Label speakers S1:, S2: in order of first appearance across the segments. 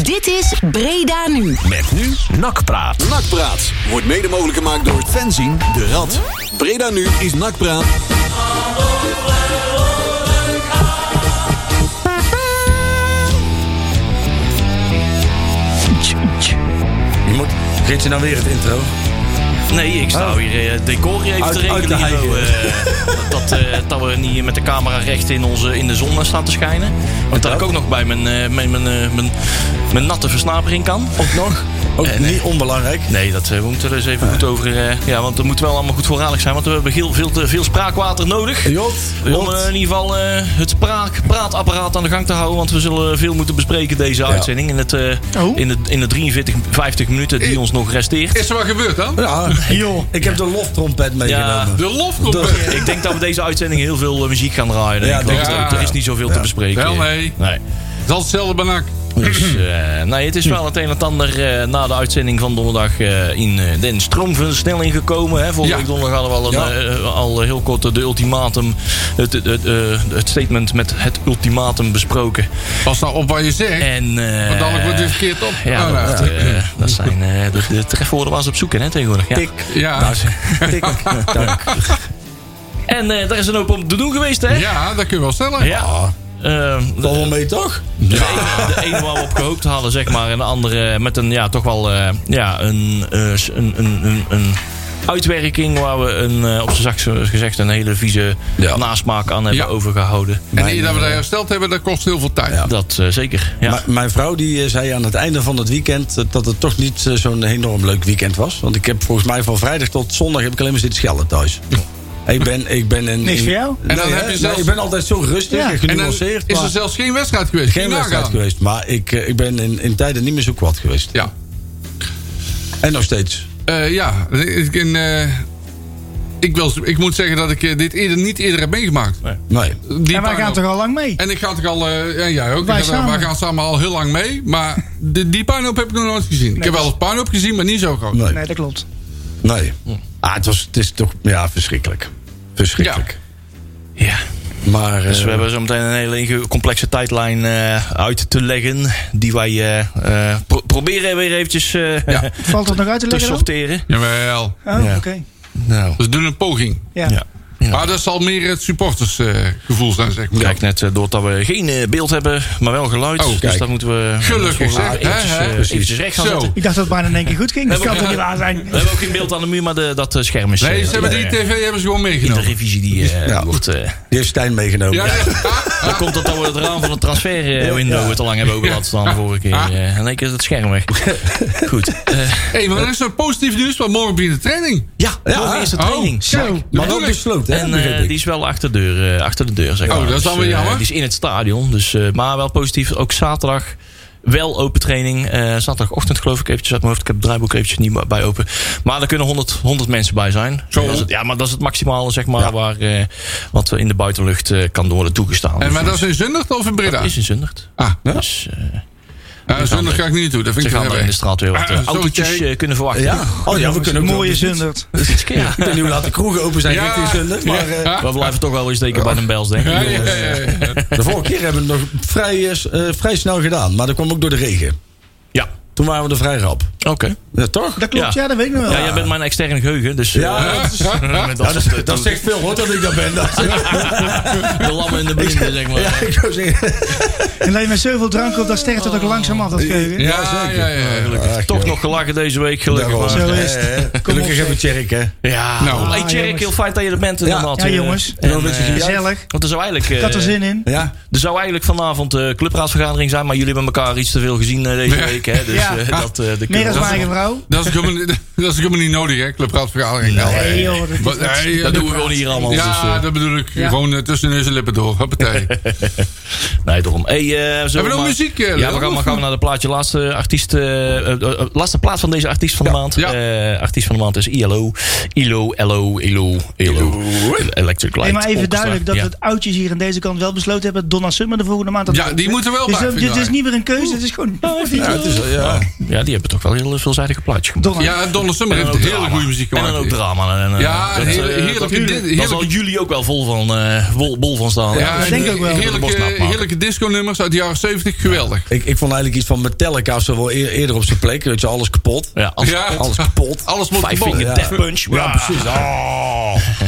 S1: Dit is Breda Nu.
S2: Met nu Nakpraat.
S3: Nakpraat wordt mede mogelijk gemaakt door Fenzin de Rad. Breda nu is Nakpraat.
S4: Je moet... Rit je nou weer het intro?
S5: Nee, ik sta
S4: Oh.
S5: hier eh, het decor even
S4: Uit-
S5: te
S4: uit de
S5: regelen.
S4: hei.
S5: Ivo, eh, dat, eh, dat we niet met de camera recht in, onze, in de zon staan te schijnen. En dat
S4: dat?
S5: ik ook nog bij mijn, eh, mijn, mijn, eh, mijn, mijn natte versnapering kan.
S4: Ook nog? Ah. Ook
S5: Eh, nee.
S4: niet onbelangrijk.
S5: Nee, dat eh, we moeten er eens even goed over... eh, ja, want het moet wel allemaal goed voorradig zijn. Want we hebben heel veel, te veel spraakwater nodig.
S4: Jot,
S5: Om eh, in ieder geval eh, het spraak, praatapparaat aan de gang te houden. Want we zullen veel moeten bespreken deze uitzending. In, het, eh,
S6: Oh.
S5: in, het, in de 43, 50 minuten die ons nog resteert.
S6: Is er wat gebeurd dan?
S4: Ja, ik heb de loftrompet meegenomen.
S6: De lof komt
S4: Dat-
S6: terug.
S5: Ik denk dat we deze uitzending heel veel eh, muziek gaan draaien. denk
S4: Ja,
S5: ik,
S4: dat-
S5: want, eh,
S6: ja.
S5: er is niet zoveel te bespreken.
S6: Wel, nee.
S5: nee.
S6: Dat is hetzelfde benak.
S5: Dus, eh, nee, het is wel het een en het ander eh, na de uitzending van donderdag eh, in eh, de stroomversnelling gekomen. Hè. Vorige
S6: Ja.
S5: week donderdag hadden we al, een, eh, al heel kort de ultimatum, het, het, het, eh, het statement met het ultimatum besproken.
S6: Pas nou op wat je zegt.
S5: En, eh,
S6: Want dadelijk wordt het verkeerd op.
S5: Ja,
S6: Oh,
S5: dat,
S6: nou.
S5: eh, dat zijn eh, de, de trefwoorden waar ze op zoeken hè, tegenwoordig. Ja.
S6: eh, ja.
S4: Tik. Dank.
S5: En eh, daar is een hoop om te doen geweest, hè?
S6: ja, dat kun je wel stellen.
S5: Ja. Eh,
S4: Valt wel mee, toch?
S5: De ene- de ene waar we op gehoopt hadden, zeg maar. En de andere met een, ja, toch wel eh, ja, een, eh, s- een, een, een, een uitwerking waar we een, eh, op zijn zachtst gezegd een hele vieze
S4: Ja.
S5: nasmaak aan hebben
S6: Ja.
S5: overgehouden.
S6: En eer dat we dat hersteld hebben, dat kost heel veel tijd.
S5: Dat eh, zeker. Ja.
S4: M- Mijn vrouw die eh, zei aan het einde van het weekend eh, dat het toch niet eh, zo'n enorm leuk weekend was. Want ik heb volgens mij van vrijdag tot zondag heb ik alleen maar zitten schelden thuis. Ik ben, ik ben in,
S7: Niks
S4: in-
S7: voor jou?
S4: Nee,
S6: dan
S4: hè?
S6: heb je
S4: Nee,
S6: zelfs-
S4: ik ben altijd zo rustig
S7: Ja.
S4: en
S6: en dan
S4: genuanceerd.
S6: is er
S4: maar
S6: zelfs geen wedstrijd geweest.
S4: geen
S6: Kun je
S4: wedstrijd
S6: nagaan.
S4: geweest. Maar ik, eh, ik ben in, in tijden niet meer zo kwad geweest.
S6: Ja.
S4: En nog steeds.
S6: Eh, ja, ik, in, eh, ik, wil, ik moet zeggen dat ik eh, dit eerder, niet eerder heb meegemaakt.
S4: Nee.
S6: Die
S7: En wij
S6: pijn
S7: gaan
S6: ook.
S7: toch al lang mee?
S6: En ik ga toch al, eh, en jij ook,
S7: Wij
S6: ik ga-
S7: samen.
S6: wij gaan samen al heel lang mee. Maar de, die puinhoop heb ik nog nooit gezien. Ik heb wel eens puinhoop gezien, maar niet zo groot.
S4: Nee.
S7: Nee, dat klopt.
S4: nee. Ah, het, was, het is toch ja, verschrikkelijk. Verschrikkelijk.
S5: Ja.
S4: Maar, eh,
S5: Dus we hebben zo meteen een hele inge- complexe tijdlijn eh, uit te leggen. Die wij eh, eh, pro- proberen weer eventjes eh,
S6: Ja.
S7: Valt dat nog uit te
S5: te
S7: leggen dan?
S5: sorteren.
S6: Jawel,
S7: Oh,
S5: Ja.
S7: oké.
S5: Nou,
S6: dus doen een poging.
S7: Ja.
S5: ja.
S6: Maar dat zal meer het supportersgevoel zijn, zeg maar.
S5: Kijk, net eh, doordat we geen eh, beeld hebben, maar wel geluid.
S6: Oh,
S5: dus
S6: kijk.
S5: dat moeten we
S6: Gelukkig,
S5: eh,
S6: zeg.
S5: eventjes,
S6: Hè, hè?
S5: eh,
S6: Precies.
S5: eventjes recht gaan
S6: Zo.
S5: zetten.
S7: Ik dacht dat het bijna in één keer goed ging. Dat kan toch niet waar zijn?
S5: We hebben ook geen beeld aan de muur, maar de, dat eh, scherm is...
S6: Nee,
S5: eh,
S6: ze hebben die Nou.
S5: eh,
S6: tv hebben ze gewoon
S5: in de
S6: meegenomen.
S5: revisie die eh,
S4: Ja.
S5: wordt... eh,
S4: die heeft Stijn meegenomen.
S6: Ja, Ah, ja.
S5: dan komt dat dat we het raam van het transferwindow
S4: Ja.
S5: te lang hebben overlaten dan de vorige keer. eh in één keer is het scherm weg. Goed. eh,
S6: hey, maar er is nog positief nieuws, want morgen begint de training.
S5: ja,
S4: Ja,
S5: morgen is de
S6: oh,
S5: training.
S6: Zo,
S4: Maar ook besloten, hè?
S5: En eh,
S4: begreep ik.
S5: die is wel achter de deur, eh, achter de deur zeg
S6: Oh,
S5: maar.
S6: dat is dan
S5: Dus,
S6: weer
S5: eh,
S6: jammer.
S5: die is in het stadion, dus, eh, maar wel positief. Ook zaterdag wel open training. Eh, zaterdagochtend geloof ik eventjes uit mijn hoofd. Ik heb het draaiboek eventjes niet bij open. Maar er kunnen 100, 100 mensen bij zijn.
S6: Zo.
S5: Dat is het, ja, maar dat is het maximale zeg maar waar, eh, wat er in de buitenlucht eh, kan worden toegestaan.
S6: En
S5: Dus
S6: maar dat is in Zundert of in Breda?
S5: dat is in Zundert.
S6: Ah,
S5: Dus eh,
S6: ja, in Zundert ga ik niet naartoe. Dat
S5: ze
S6: vind ik
S5: gaan
S6: wel
S5: er in de straat weer wat
S6: Ah,
S5: eh,
S6: zo
S5: autootjes
S6: jij-
S5: eh, kunnen verwachten.
S4: Ja. Oh ja, we kunnen ook
S7: Mooie
S4: nog-
S7: zundert.
S5: Ja.
S4: Ik weet niet hoe laat de kroegen open zijn
S6: Ja.
S4: richting Zundert. Maar eh,
S6: Ja.
S5: We blijven toch wel eens steken bij de Bels, denk ik.
S6: Ja, ja, ja, ja.
S4: de vorige keer hebben we het nog vrij, eh, vrij snel gedaan. Maar dat kwam ook door de regen.
S5: Ja,
S4: Toen waren we er vrij rap.
S5: oké.
S4: Ja, toch?
S7: Dat klopt, ja, dat weet ik nog wel.
S5: Ja, jij bent mijn externe geheugen, dus...
S4: Ja,
S5: eh,
S4: dat is-
S5: met dat
S4: Ja,
S5: soort, eh,
S4: dat, dat zegt veel hoor dat ik dat ben. Dat,
S5: De lammen in de blinden, zeg maar.
S4: ja, ik zou zeggen.
S7: En dat je met zoveel drank op, dat sterft het ook langzaam af, dat
S4: Eh,
S7: geheugen.
S6: Ja, ja, ja, ja.
S4: Gelukkig.
S5: Toch nog gelachen deze week, gelukkig.
S4: Daarom.
S5: maar.
S7: Zo is het.
S4: Eh, eh, Gelukkig hebben we Tjerk, hè?
S5: Ja,
S6: Nou.
S5: hey
S7: Ah,
S5: Tjerk,
S7: jongens.
S5: heel fijn dat je er bent.
S4: Ja.
S5: inderdaad.
S7: Ja,
S5: Eh,
S7: jongens.
S5: en,
S4: Wel, weet Nou, je,
S5: eh,
S4: jullie-
S7: Gezellig.
S5: want er zou eigenlijk,
S7: Ik had er
S5: eh,
S7: zin in.
S4: Ja.
S5: er zou eigenlijk vanavond eh clubraadsvergadering zijn, maar jullie hebben elkaar iets te veel gezien eh, deze
S6: Ja.
S5: week. Hè, dus
S7: Ja. Ah.
S5: eh, dat, eh, de
S7: Meer als
S5: dat-
S7: mijn eigen vrouw.
S6: Dat is helemaal niet- dat is helemaal niet nodig, hè? Clubraadvergadering.
S7: Nee, joh, dat-
S6: eh, Wat- nee,
S5: dat doen we gewoon hier allemaal. dus,
S6: Ja,
S5: eh,
S6: dat bedoel ik.
S7: Ja.
S6: Gewoon eh, tussen neus en lippen door. Hoppatee.
S5: nee, daarom. Hey, eh, zullen
S6: we nog
S5: maar-
S6: muziek, eh,
S5: Ja, we gaan,
S6: Leo?
S5: maar gaan we naar de plaatje. Laatste, artiest, eh, eh, eh, laatste plaat van deze artiest van de maand.
S6: ja.
S5: Eh, artiest van de maand is ILO. ILO, LO, ILO, ILO. Electric Light
S7: Nee, maar even
S5: Orchestra.
S7: duidelijk dat
S5: Ja.
S7: het oudjes hier aan deze kant wel besloten hebben... dat Donna Summer de volgende maand...
S6: Ja, die moeten wel nou,
S7: dus
S6: bij,
S7: dat-
S6: vind
S7: Dit is
S6: ik.
S7: niet meer een keuze, het is gewoon...
S4: Ja, het is, ja,
S5: ja. ja, die hebben toch wel een heel veelzijdige plaatje gemaakt.
S7: Donner.
S6: Ja, Donner Summer
S5: En
S6: heeft
S5: ook
S6: hele
S5: drama.
S6: goede muziek gemaakt.
S5: En dan ook drama. En, eh,
S6: Ja,
S5: dat,
S6: heerlijk-
S5: eh,
S6: heerlijk-
S5: dat-
S6: dit-
S5: Daar
S6: heerlijk-
S5: zal jullie ook wel vol van, eh, vol, bol van staan.
S6: Ja,
S7: dat
S6: en eh,
S7: denk ik ook wel.
S5: Bos
S6: Heerlijke,
S5: namaken.
S6: heerlijke disco-nummers uit de jaren 70, geweldig.
S4: Ik, ik vond eigenlijk iets van Metallica of zo wel eer- eerder op zijn plek. Weet je, alles kapot.
S5: Ja, als-
S6: Ja.
S4: Alles kapot.
S6: Alles moet
S5: Vijf
S6: kapot.
S5: vinger
S4: Ja.
S5: death punch. Ja, precies.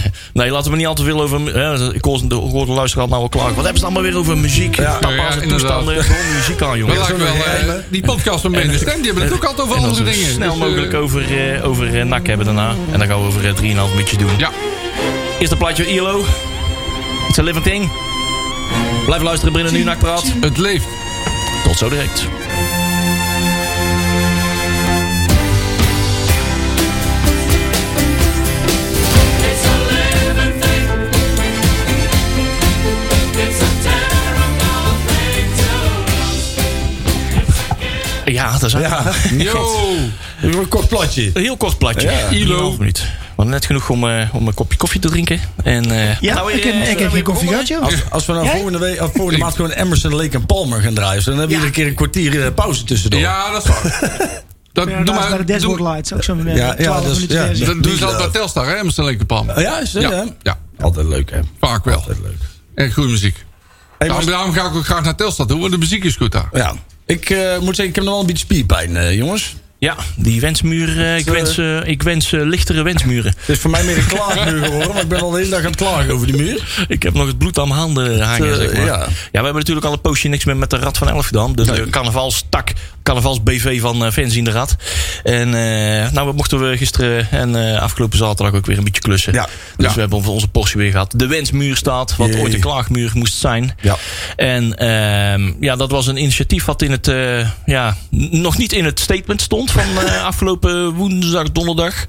S5: Nee, laten we niet al te veel over... Hè, ik hoorde de, ik hoorde de luisteraar nou al klagen. Wat hebben ze allemaal weer over muziek?
S4: Ja.
S5: Papa's
S6: Ja,
S5: en
S6: inderdaad.
S5: toestanden. Gewoon muziek aan,
S6: We
S5: jongen.
S6: laten wel eh,
S4: rijmen.
S6: die podcast van Ben en Stem, die hebben het ook altijd over
S5: En dan
S6: andere
S5: zo
S6: dingen.
S5: snel
S6: Dus, eh,
S5: mogelijk over, eh, over eh, NAC hebben daarna. En dan gaan we over eh, 3,5 minuutje doen.
S6: Ja,
S5: Eerst een plaatje van ILO. It's a living thing. Blijf luisteren, Brinnen nu NAC praat.
S6: het leeft.
S5: Tot zo direct. Ja, daar zijn we.
S4: Ja,
S6: Yo!
S4: een kort platje.
S5: Een heel kort platje.
S4: Ja.
S5: Ilo. minuut. Maar net genoeg om, eh, om een kopje koffie te drinken. En, eh,
S7: Ja,
S5: nou, eh,
S7: ik heb, ik heb
S5: zijn we
S7: geen koffie
S5: begonnen?
S7: gehad, joh.
S4: Als, als we nou
S7: Jij?
S4: volgende, week, of volgende maand gewoon Emerson, Lake en Palmer gaan draaien. Dan hebben we iedere keer een kwartier eh, pauze tussendoor.
S6: Ja, dat is waar. Dat,
S7: Ja,
S6: doe
S7: naast bij de
S6: maar,
S7: dashboard
S6: doe,
S7: lights. Ook zo'n eh,
S4: Ja, ja,
S7: 12
S4: dus-
S7: minuten
S4: ja.
S7: versie.
S6: dat doen ze altijd bij Telstar, hè? Amstel Linkerpalm.
S4: Oh ja, is dat, hè?
S6: Ja, ja,
S4: Altijd leuk, hè?
S6: vaak wel.
S4: Altijd leuk.
S6: En goede muziek.
S4: Hey,
S6: Daarom,
S4: maar-
S6: daarom ga ik ook graag naar Telstar toe, want de muziek is goed daar.
S4: ja. Ik eh, moet zeggen, ik heb nog wel een beetje spierpijn, eh, jongens.
S5: Ja, die wensmuur. eh, ik
S4: eh,
S5: wens, eh, ik wens eh, lichtere wensmuren.
S4: Het is voor mij meer een klaagmuur geworden, maar ik ben al de hele dag aan het klagen over die muur.
S5: Ik heb nog het bloed aan mijn handen hangen.
S4: Eh,
S5: zeg maar.
S4: ja.
S5: ja. we hebben natuurlijk al een poosje niks meer met de Rad van Elfdam. Dus de carnavalstak, carnavals-BV van eh Fans in de Rad. En eh, nou, we mochten we gisteren en eh, afgelopen zaterdag ook weer een beetje klussen.
S4: Ja.
S5: Dus
S4: Ja.
S5: we hebben onze portie weer gehad. De wensmuur staat, wat
S4: Jee.
S5: ooit de klaagmuur moest zijn.
S4: Ja.
S5: En ehm, ja, dat was een initiatief wat in het, eh, ja, n- nog niet in het statement stond van eh, afgelopen woensdag, donderdag.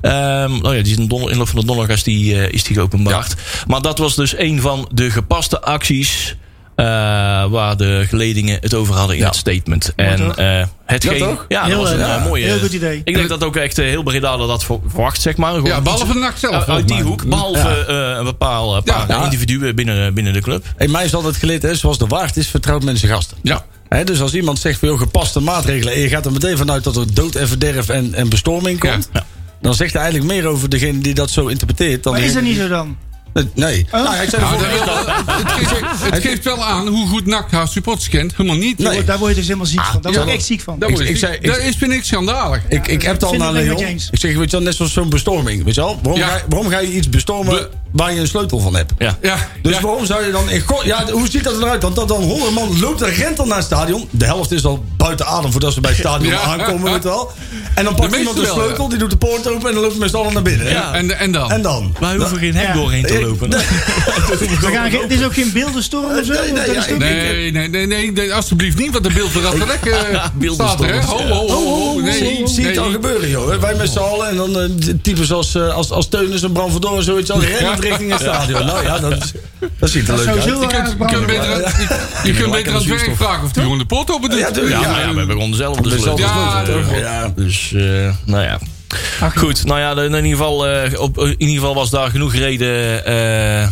S5: Ehm oh ja, die is in de donder- inloop van de donderdag is die, eh, is die geopenbaard. Maar dat was dus een van de gepaste acties eh, waar de geledingen het over hadden in het statement. En eh hetgeen,
S4: Ja, toch?
S5: ja, dat
S7: Heel,
S5: was een
S7: eh,
S5: eh, mooie...
S7: heel goed idee.
S5: Ik denk dat ook echt eh, heel Breda dat voor- verwacht, zeg maar. Gewoon
S6: Ja, behalve de nacht zelf.
S5: uit- uit
S6: Oh, volgens
S5: die
S6: mij.
S5: hoek, behalve eh, een bepaal, een paar
S4: Ja.
S5: individuen binnen, binnen de club.
S4: Hey, mij is altijd geleerd, hè, zoals de waard is, vertrouwt mensen gasten.
S6: Ja.
S4: Hè, dus als iemand zegt van joh, gepaste maatregelen. en je gaat er meteen vanuit dat er dood en verderf en, en bestorming
S6: Ja.
S4: komt. dan zegt hij eigenlijk meer over degene die dat zo interpreteert. dan
S7: Maar is dat
S4: degene
S7: niet zo dan?
S4: die- Nee. Nou, ja, ik zei
S6: Nou,
S4: ervoor-
S6: dat wil- het, geeft, het geeft wel aan hoe goed NAC haar supporters kent. Helemaal niet.
S4: Nee.
S6: Dat,
S7: Daar word je dus helemaal ziek van. Daar word ik echt ziek van.
S6: Ah, dat,
S4: Ah, Ik- ik zei- ik-
S6: is, vind ik schandalig.
S4: Ik, ik heb het al
S7: vind
S4: naar
S7: ik wel met
S4: Leon.
S7: je eens.
S4: Ik zeg, weet je wel, net zoals zo'n bestorming. Weet je wel? Waarom,
S6: Ja.
S4: ga, je- waarom ga je iets bestormen
S6: De-
S4: waar je een sleutel van hebt?
S5: Ja.
S6: ja,
S4: Dus
S6: ja.
S4: waarom zou je dan in go- Ja, hoe ziet dat eruit? Want dat dan honderd man loopt en rent al naar het stadion. De helft is al buiten adem voordat ze bij het stadion
S6: Ja.
S4: aankomen, weet je wel. En dan pakt
S6: meeste
S4: iemand de
S6: wel, ja.
S4: sleutel, die doet de poort open en dan loopt met z'n allen naar binnen.
S5: Ja.
S6: En, en dan?
S4: En dan?
S5: Wij hoeven geen hek
S7: Ja.
S5: doorheen te lopen.
S7: We gaan geen- Het is ook geen beeldenstorm of zo.
S4: Nee, nee,
S7: want dat is
S4: ja,
S7: toch-
S6: Nee, nee, nee, nee, nee, alsjeblieft niet, want de beeld van Rasterek eh staat er, hè? Ho, ho, ho, ho,
S4: Nee,
S6: Oh, nee,
S4: zie, zie het al
S6: nee.
S4: gebeuren, joh. Wij met z'n allen en dan eh, types als, eh, als, als Teunis en Bram van Doorn en zoiets. al rennend richting het stadion. Nou ja, dat, dat ziet er
S7: Dat is
S4: leuk uit.
S7: sowieso
S6: Je kunt, je kunt beter, aan- je, je kunt beter aan het werk vragen of die gewoon de poort open doet.
S4: Ja, tuurlijk.
S5: Ja, maar ja, we hebben gewoon zelf de
S4: Dus
S5: sleutel.
S4: dat is
S6: Ja,
S4: leuk,
S6: dat
S4: hè.
S6: is
S4: ja.
S5: Dus, eh, nou ja. Goed, nou ja, in ieder geval, eh, op, in ieder geval was daar genoeg reden. eh,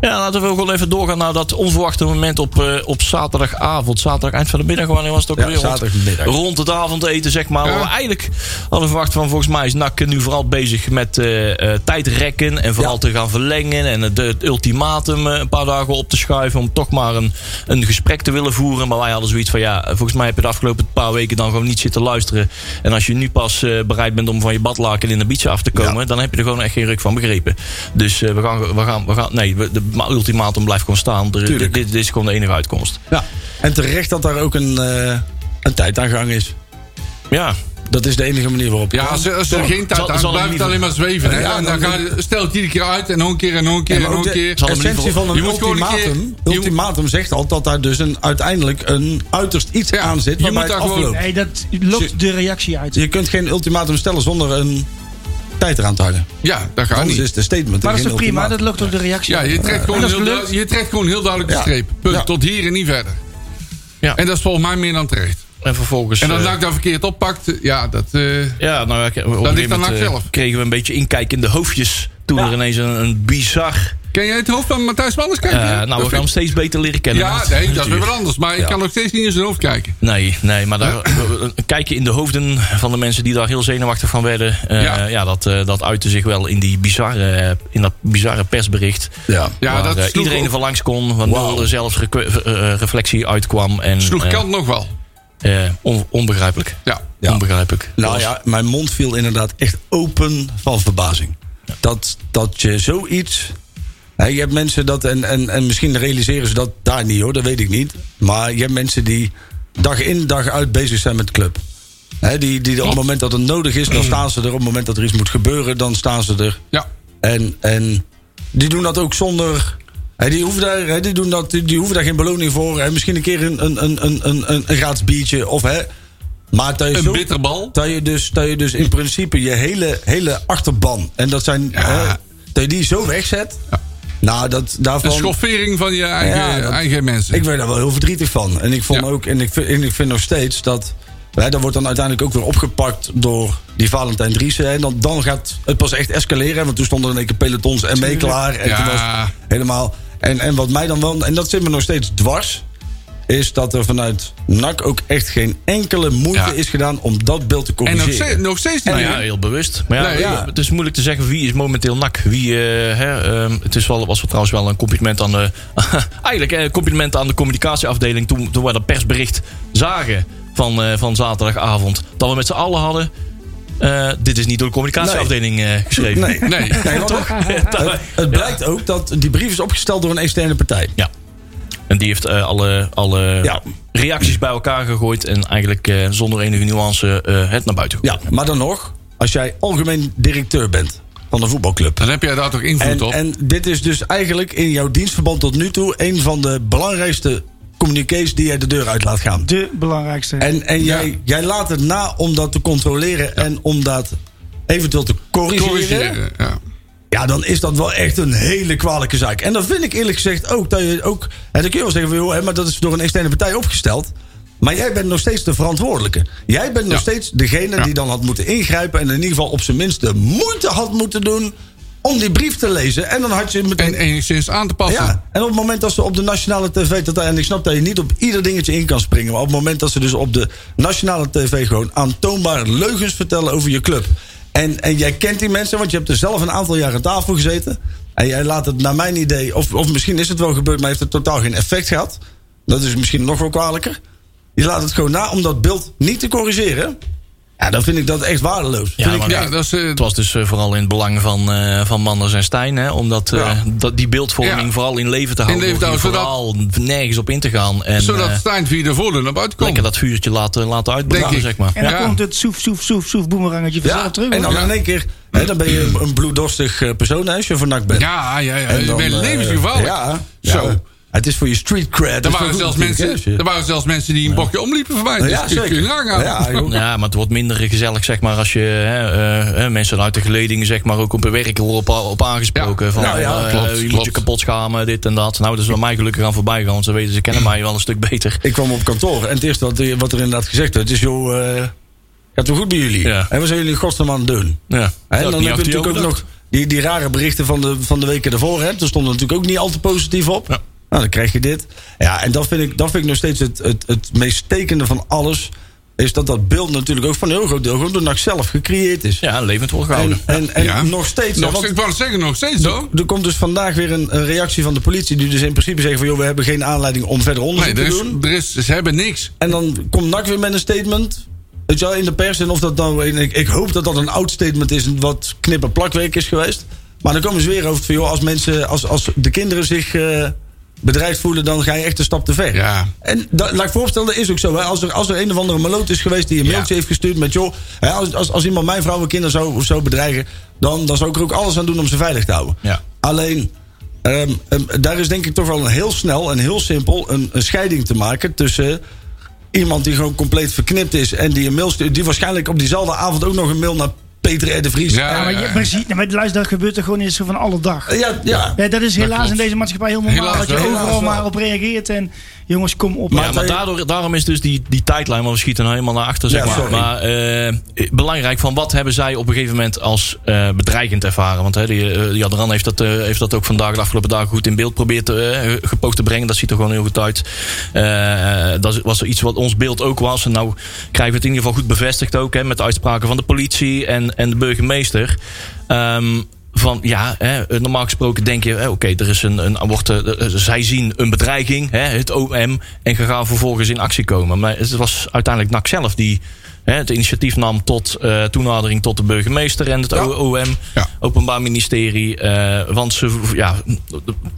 S5: ja, laten we gewoon even doorgaan naar dat onverwachte moment op, eh, op zaterdagavond. Zaterdag eind van de middag, wanneer was het ook
S4: Ja,
S5: weer? Rond-
S4: zaterdagmiddag.
S5: Rond het avondeten, zeg maar.
S6: Ja.
S5: Waar we eigenlijk hadden verwacht van, volgens mij is NAC nu vooral bezig met eh, eh, tijdrekken. En vooral
S4: Ja.
S5: te gaan verlengen. En het, het ultimatum eh, een paar dagen op te schuiven. Om toch maar een, een gesprek te willen voeren. Maar wij hadden zoiets van, ja, volgens mij heb je de afgelopen paar weken dan gewoon niet zitten luisteren. En als je nu pas eh, bereid bent om van je badlaken in de beach af te komen. Dan heb je er gewoon echt geen ruk van begrepen. Dus eh, we, gaan, we, gaan, we gaan, nee, we- de maar ultimatum blijft gewoon staan. Er-
S4: Tuurlijk.
S5: dit, dit is gewoon de enige uitkomst.
S4: Ja. En terecht dat daar ook een, eh, een tijd aan gang is.
S5: Ja,
S4: Dat is de enige manier waarop.
S6: Ja, als, als er geen tijd
S5: zal- zal hem
S6: aan blijft het
S5: liever-
S6: alleen maar zweven. Hè?
S4: Ja,
S6: en dan
S4: dan-
S6: ga, je- stel het iedere keer uit en nog een keer en nog een keer
S4: Ja,
S6: en
S4: maar
S6: nog een
S4: ook de
S6: keer.
S4: essentie van een
S6: Je moet gewoon een keer-
S4: ultimatum,
S6: je moet-
S4: ultimatum zegt al dat daar dus een, uiteindelijk een uiterst iets
S6: Ja,
S4: aan zit
S6: je
S4: waarbij het
S6: moet daar gewoon-
S4: afloopt.
S7: Nee, dat lokt de reactie uit.
S4: Je kunt geen ultimatum stellen zonder een tijd eraan te houden.
S6: Ja, dat gaat
S4: Anders
S6: Ah, niet.
S4: is de statement.
S7: Maar
S4: en
S7: dat is toch
S4: geen
S7: prima? Dat
S4: ultimatum.
S7: lokt ook de reactie
S6: Ja,
S7: uit.
S6: je trekt, gewoon
S7: En als
S6: heel,
S7: het lukt-
S6: duidelijk- je trekt gewoon heel duidelijk de
S4: Ja.
S6: streep. Punt.
S4: Ja.
S6: Tot hier en niet verder.
S5: Ja.
S6: En dat is volgens mij meer dan terecht.
S5: en vervolgens...
S6: En dat
S5: eh,
S6: NAC daar verkeerd oppakt, ja, dat... eh,
S5: Ja, nou, ja, op een gegeven
S6: ligt
S5: moment,
S6: aan NAC
S5: eh,
S6: zelf.
S5: kregen we een beetje inkijk in de hoofdjes. Toen er ineens een, een bizar
S6: Ken jij het hoofd van Matthijs Manders kijken?
S5: Eh, nou, we gaan hem steeds beter leren kennen.
S6: Ja,
S5: want-
S6: nee, dat is weer
S5: natuurlijk.
S6: wat anders. Maar ik
S5: Ja.
S6: kan nog steeds niet in zijn hoofd kijken.
S5: Nee, nee, maar daar, een kijkje in de hoofden van de mensen die daar heel zenuwachtig van werden. eh,
S6: Ja.
S5: ja. dat, eh, dat uitte zich wel in, die bizarre, eh, in dat bizarre persbericht.
S4: Ja.
S6: Ja,
S5: waar
S6: dat
S5: eh,
S6: sloeg
S5: iedereen
S6: ook-
S5: er van langs kon, waar
S4: Wauw.
S5: nul er zelfs requ- eh, eh, reflectie uitkwam. En,
S6: Sloeg
S5: eh,
S6: kant nog wel.
S5: eh, on- onbegrijpelijk.
S6: Ja.
S4: Ja.
S5: Onbegrijpelijk.
S4: Nou ja, mijn mond viel inderdaad echt open van verbazing. Dat, dat je zoiets. Hè, je hebt mensen dat, en, en, en misschien realiseren ze dat daar niet hoor, dat weet ik niet. Maar je hebt mensen die dag in dag uit bezig zijn met de club. Hè, die, die er op het moment dat het nodig is, dan staan ze er. Op het moment dat er iets moet gebeuren, dan staan ze er.
S6: Mm. Ja.
S4: En, en die doen dat ook zonder. hè, die, hoeven daar, hè, die, doen dat, die, die hoeven daar geen beloning voor. Hè, misschien een keer een, een, een, een, een, een gratis biertje. Of, hè, maar dat je
S6: Een
S4: zo-
S6: bitterbal.
S4: dat je dus, dat je dus in principe je hele, hele achterban. En dat zijn.
S6: Ja.
S4: hè, dat je die zo wegzet. Nou, dat, daarvan.
S6: Een schoffering van je eigen,
S4: Ja, dat-
S6: eigen mensen.
S4: Ik werd daar wel heel verdrietig van. En ik vond
S6: Ja.
S4: ook, en ik, vind- en ik vind nog steeds dat. Hè, dat wordt dan uiteindelijk ook weer opgepakt door die Valentijn Driessen. En dan, dan gaat het pas echt escaleren. Want toen stonden er in één keer pelotons en mee klaar. En
S6: Ja.
S4: toen was het helemaal. En, en wat mij dan wel. En dat zit me nog steeds dwars. Is dat er vanuit NAC ook echt geen enkele moeite
S6: Ja.
S4: is gedaan om dat beeld te
S6: en
S4: corrigeren.
S6: nog steeds, nog steeds niet.
S5: Nou
S6: hè?
S5: ja, heel bewust. Maar ja,
S6: Nee, ja.
S5: het is moeilijk te zeggen wie is momenteel nak. Wie, eh, hè, ehm, het is wel, was wel trouwens wel een compliment aan de... eigenlijk eh, een compliment aan de communicatieafdeling toen, toen we dat persbericht zagen van, eh, van zaterdagavond. Dat we met z'n allen hadden... eh, dit is niet door de communicatieafdeling eh, geschreven.
S4: Nee.
S6: Nee.
S4: Nee, want het, het blijkt ook dat die brief is opgesteld door een externe partij.
S5: Ja. En die heeft eh, alle, alle
S4: Ja.
S5: reacties bij elkaar gegooid. En eigenlijk eh, zonder enige nuance eh, het naar buiten
S4: Ja,
S5: gegooid.
S4: maar dan nog, als jij algemeen directeur bent van een voetbalclub.
S6: Dan heb jij daar toch invloed
S4: En,
S6: op?
S4: en dit is dus eigenlijk in jouw dienstverband tot nu toe een van de belangrijkste communiqués die jij de deur uit laat gaan.
S7: De belangrijkste.
S4: En, en jij, jij laat het na om dat te controleren en om dat eventueel te corrigeren.
S6: Corrigeren. Ja.
S4: Ja, dan is dat wel echt een hele kwalijke zaak. En dan vind ik eerlijk gezegd ook dat je ook. En dan kun je wel zeggen, van, joh, hè, maar dat is door een externe partij opgesteld. Maar jij bent nog steeds de verantwoordelijke. Jij bent nog
S6: Ja.
S4: steeds degene die dan had moeten ingrijpen. En in ieder geval op zijn minst de moeite had moeten doen. om die brief te lezen. En dan had je meteen.
S6: En enigszins aan te passen.
S4: ja, en op het moment dat ze op de nationale tv. Dat, en ik snap dat je niet op ieder dingetje in kan springen. Maar op het moment dat ze dus op de nationale tv. gewoon aantoonbare leugens vertellen over je club. En, en jij kent die mensen, want je hebt er zelf een aantal jaar aan tafel gezeten. En jij laat het naar mijn idee. Of, of misschien is het wel gebeurd, maar heeft het totaal geen effect gehad. Dat is misschien nog wel kwalijker. Je laat het gewoon na om dat beeld niet te corrigeren. Ja, dan vind ik dat echt waardeloos.
S5: Ja,
S4: Vind ik
S5: maar-
S6: Ja, dat is, eh,
S5: Het was dus eh, vooral in het belang van, eh, van Manders en Stijn. Hè, om dat, eh,
S6: Ja.
S5: dat, die beeldvorming
S6: Ja.
S5: vooral in leven te
S6: In
S5: houden.
S6: leven te
S5: door hier
S6: houden,
S5: vooral nergens op in te gaan. En
S6: zodat
S5: eh,
S6: Stijn via de voordeur naar buiten komt.
S5: lekker dat vuurtje laten, laten
S6: Denk
S5: uitbranden,
S6: ik.
S5: zeg maar.
S7: En dan
S6: Ja.
S7: komt het soef, soef, soef, soef boemerangetje vanzelf terug.
S4: en dan
S7: hoor.
S4: in één keer, hè, dan ben je een- een bloeddorstig eh, persoon hè, als je van NAC bent.
S6: Ja, ja, ja.
S4: En
S6: Je
S4: dan,
S6: bent
S4: eh,
S6: levensgevaarlijk.
S4: Ja,
S6: Zo.
S4: Ja. Het is voor je street cred. dus
S6: Er waren, zelfs mensen, er waren zelfs mensen die een bokje omliepen voor mij. Dus
S4: ja,
S6: kun je- kun je
S4: zeker.
S6: nagaan.
S4: Ja, joh.
S5: Ja, maar het wordt minder gezellig, zeg maar, als je hè, eh, eh, mensen uit de geledingen, zeg maar, ook op hun werk erop op aangesproken.
S6: Ja.
S5: Van,
S6: Nou ja,
S5: eh, eh,
S6: klopt,
S5: je moet
S6: klopt.
S5: je kapot schamen, dit en dat. Nou, dat is bij mij gelukkig aan voorbij gaan, want ze weten, ze kennen mij wel een stuk beter.
S4: Ik kwam op kantoor en het eerste wat, wat er inderdaad gezegd werd is... joh, eh, gaat het goed bij jullie?
S5: Ja.
S4: En wat zijn jullie in godsnaam aan het doen?
S5: Ja,
S4: Hè,
S5: Dat
S4: en dan heb
S5: niet
S4: je
S5: achter
S4: natuurlijk ook
S5: ogen
S4: nog die, die rare berichten van de, van de weken daarvoor. Hè? Daar stonden natuurlijk ook niet al te positief op.
S5: Ja.
S4: Nou, dan krijg je dit. Ja, en dat vind ik, dat vind ik nog steeds het, het, het meest stekende van alles. Is dat dat beeld natuurlijk ook van een heel groot deel gewoon door NAC zelf gecreëerd is.
S5: Ja, levend wordt
S4: En,
S5: gehouden.
S4: en, en
S6: Ja.
S4: nog steeds. hè,
S6: Nog,
S4: want
S6: ik wou het zeggen, nog steeds hoor.
S4: er komt dus vandaag weer een, een reactie van de politie. Die dus in principe zegt van joh, we hebben geen aanleiding om verder
S6: Nee,
S4: onderzoek
S6: er
S4: te
S6: is,
S4: doen.
S6: er is, ze hebben niks.
S4: En dan komt NAC weer met een statement. Weet je wel, in de pers. En of dat nou, en ik, ik hoop dat dat een oud statement is. Wat knip- en plakwerk is geweest. Maar dan komen ze weer over van... Joh, als, mensen, als, als de kinderen zich eh, bedreigd voelen... dan ga je echt een stap te ver.
S6: Ja.
S4: En dat, laat ik voorstellen, dat is ook zo. Hè. Als, er, als er een of andere maloot is geweest... die een mailtje heeft gestuurd met... joh, hè, als, als, als iemand mijn vrouw en kinderen zou, zou bedreigen... Dan, dan zou ik er ook alles aan doen om ze veilig te houden.
S5: Ja.
S4: Alleen, ehm, ehm, daar is denk ik toch wel een heel snel en heel simpel een, een scheiding te maken tussen iemand die gewoon compleet verknipt is en die een mail stuurt, die waarschijnlijk op diezelfde avond ook nog een mail naar Peter R. de Vries.
S6: Ja,
S4: Eh,
S7: Ja, maar, je, maar, zie, maar luister, dat gebeurt er gewoon in zo van alle dag.
S4: ja, ja.
S7: Ja, dat is helaas
S6: klopt.
S7: in deze maatschappij heel normaal.
S6: Helaas
S7: dat je
S6: wel.
S7: overal
S4: Helaas wel.
S7: maar op reageert. En jongens, kom op.
S5: Maar, ja, maar daardoor, daarom is dus die, die tijdlijn, want we schieten nou helemaal naar achter. Zeg
S4: Ja,
S5: maar
S4: sorry.
S5: maar eh, belangrijk van wat hebben zij op een gegeven moment als eh, bedreigend ervaren. Want hè, die, eh, die Adran heeft dat, eh, heeft dat ook vandaag de afgelopen dagen goed in beeld probeerd te, eh, gepoogd te brengen. Dat ziet er gewoon heel goed uit. Eh, eh, dat was iets wat ons beeld ook was. En nou krijgen we het in ieder geval goed bevestigd ook. Hè, met de uitspraken van de politie en, en de burgemeester. Ehm, van ja, hè, normaal gesproken denk je, hè, oké, er is een, een wordt, eh, eh, zij zien een bedreiging, hè, het OM, en gaan gaan vervolgens in actie komen. Maar het was uiteindelijk NAC zelf die hè, het initiatief nam tot eh, toenadering tot de burgemeester en het OM,
S6: Ja.
S5: Openbaar Ministerie. eh, want ze, v- ja,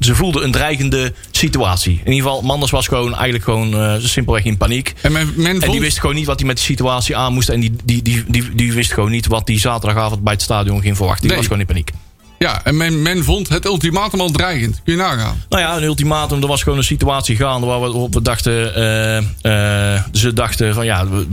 S5: ze voelden een dreigende situatie. In ieder geval, Manders was gewoon eigenlijk gewoon eh, simpelweg in paniek.
S6: En men, men
S5: En
S6: vond-
S5: die wist gewoon niet wat hij met die situatie aan moest. En die, die, die, die, die wist gewoon niet wat die zaterdagavond bij het stadion ging verwachten. Die
S6: Nee.
S5: was gewoon in paniek.
S6: Ja, en men, men vond het ultimatum al dreigend. Kun je nagaan.
S5: Nou ja, een ultimatum. Er was gewoon een situatie gaande waar we, waarop we dachten. eh, eh, ze dachten van ja. we-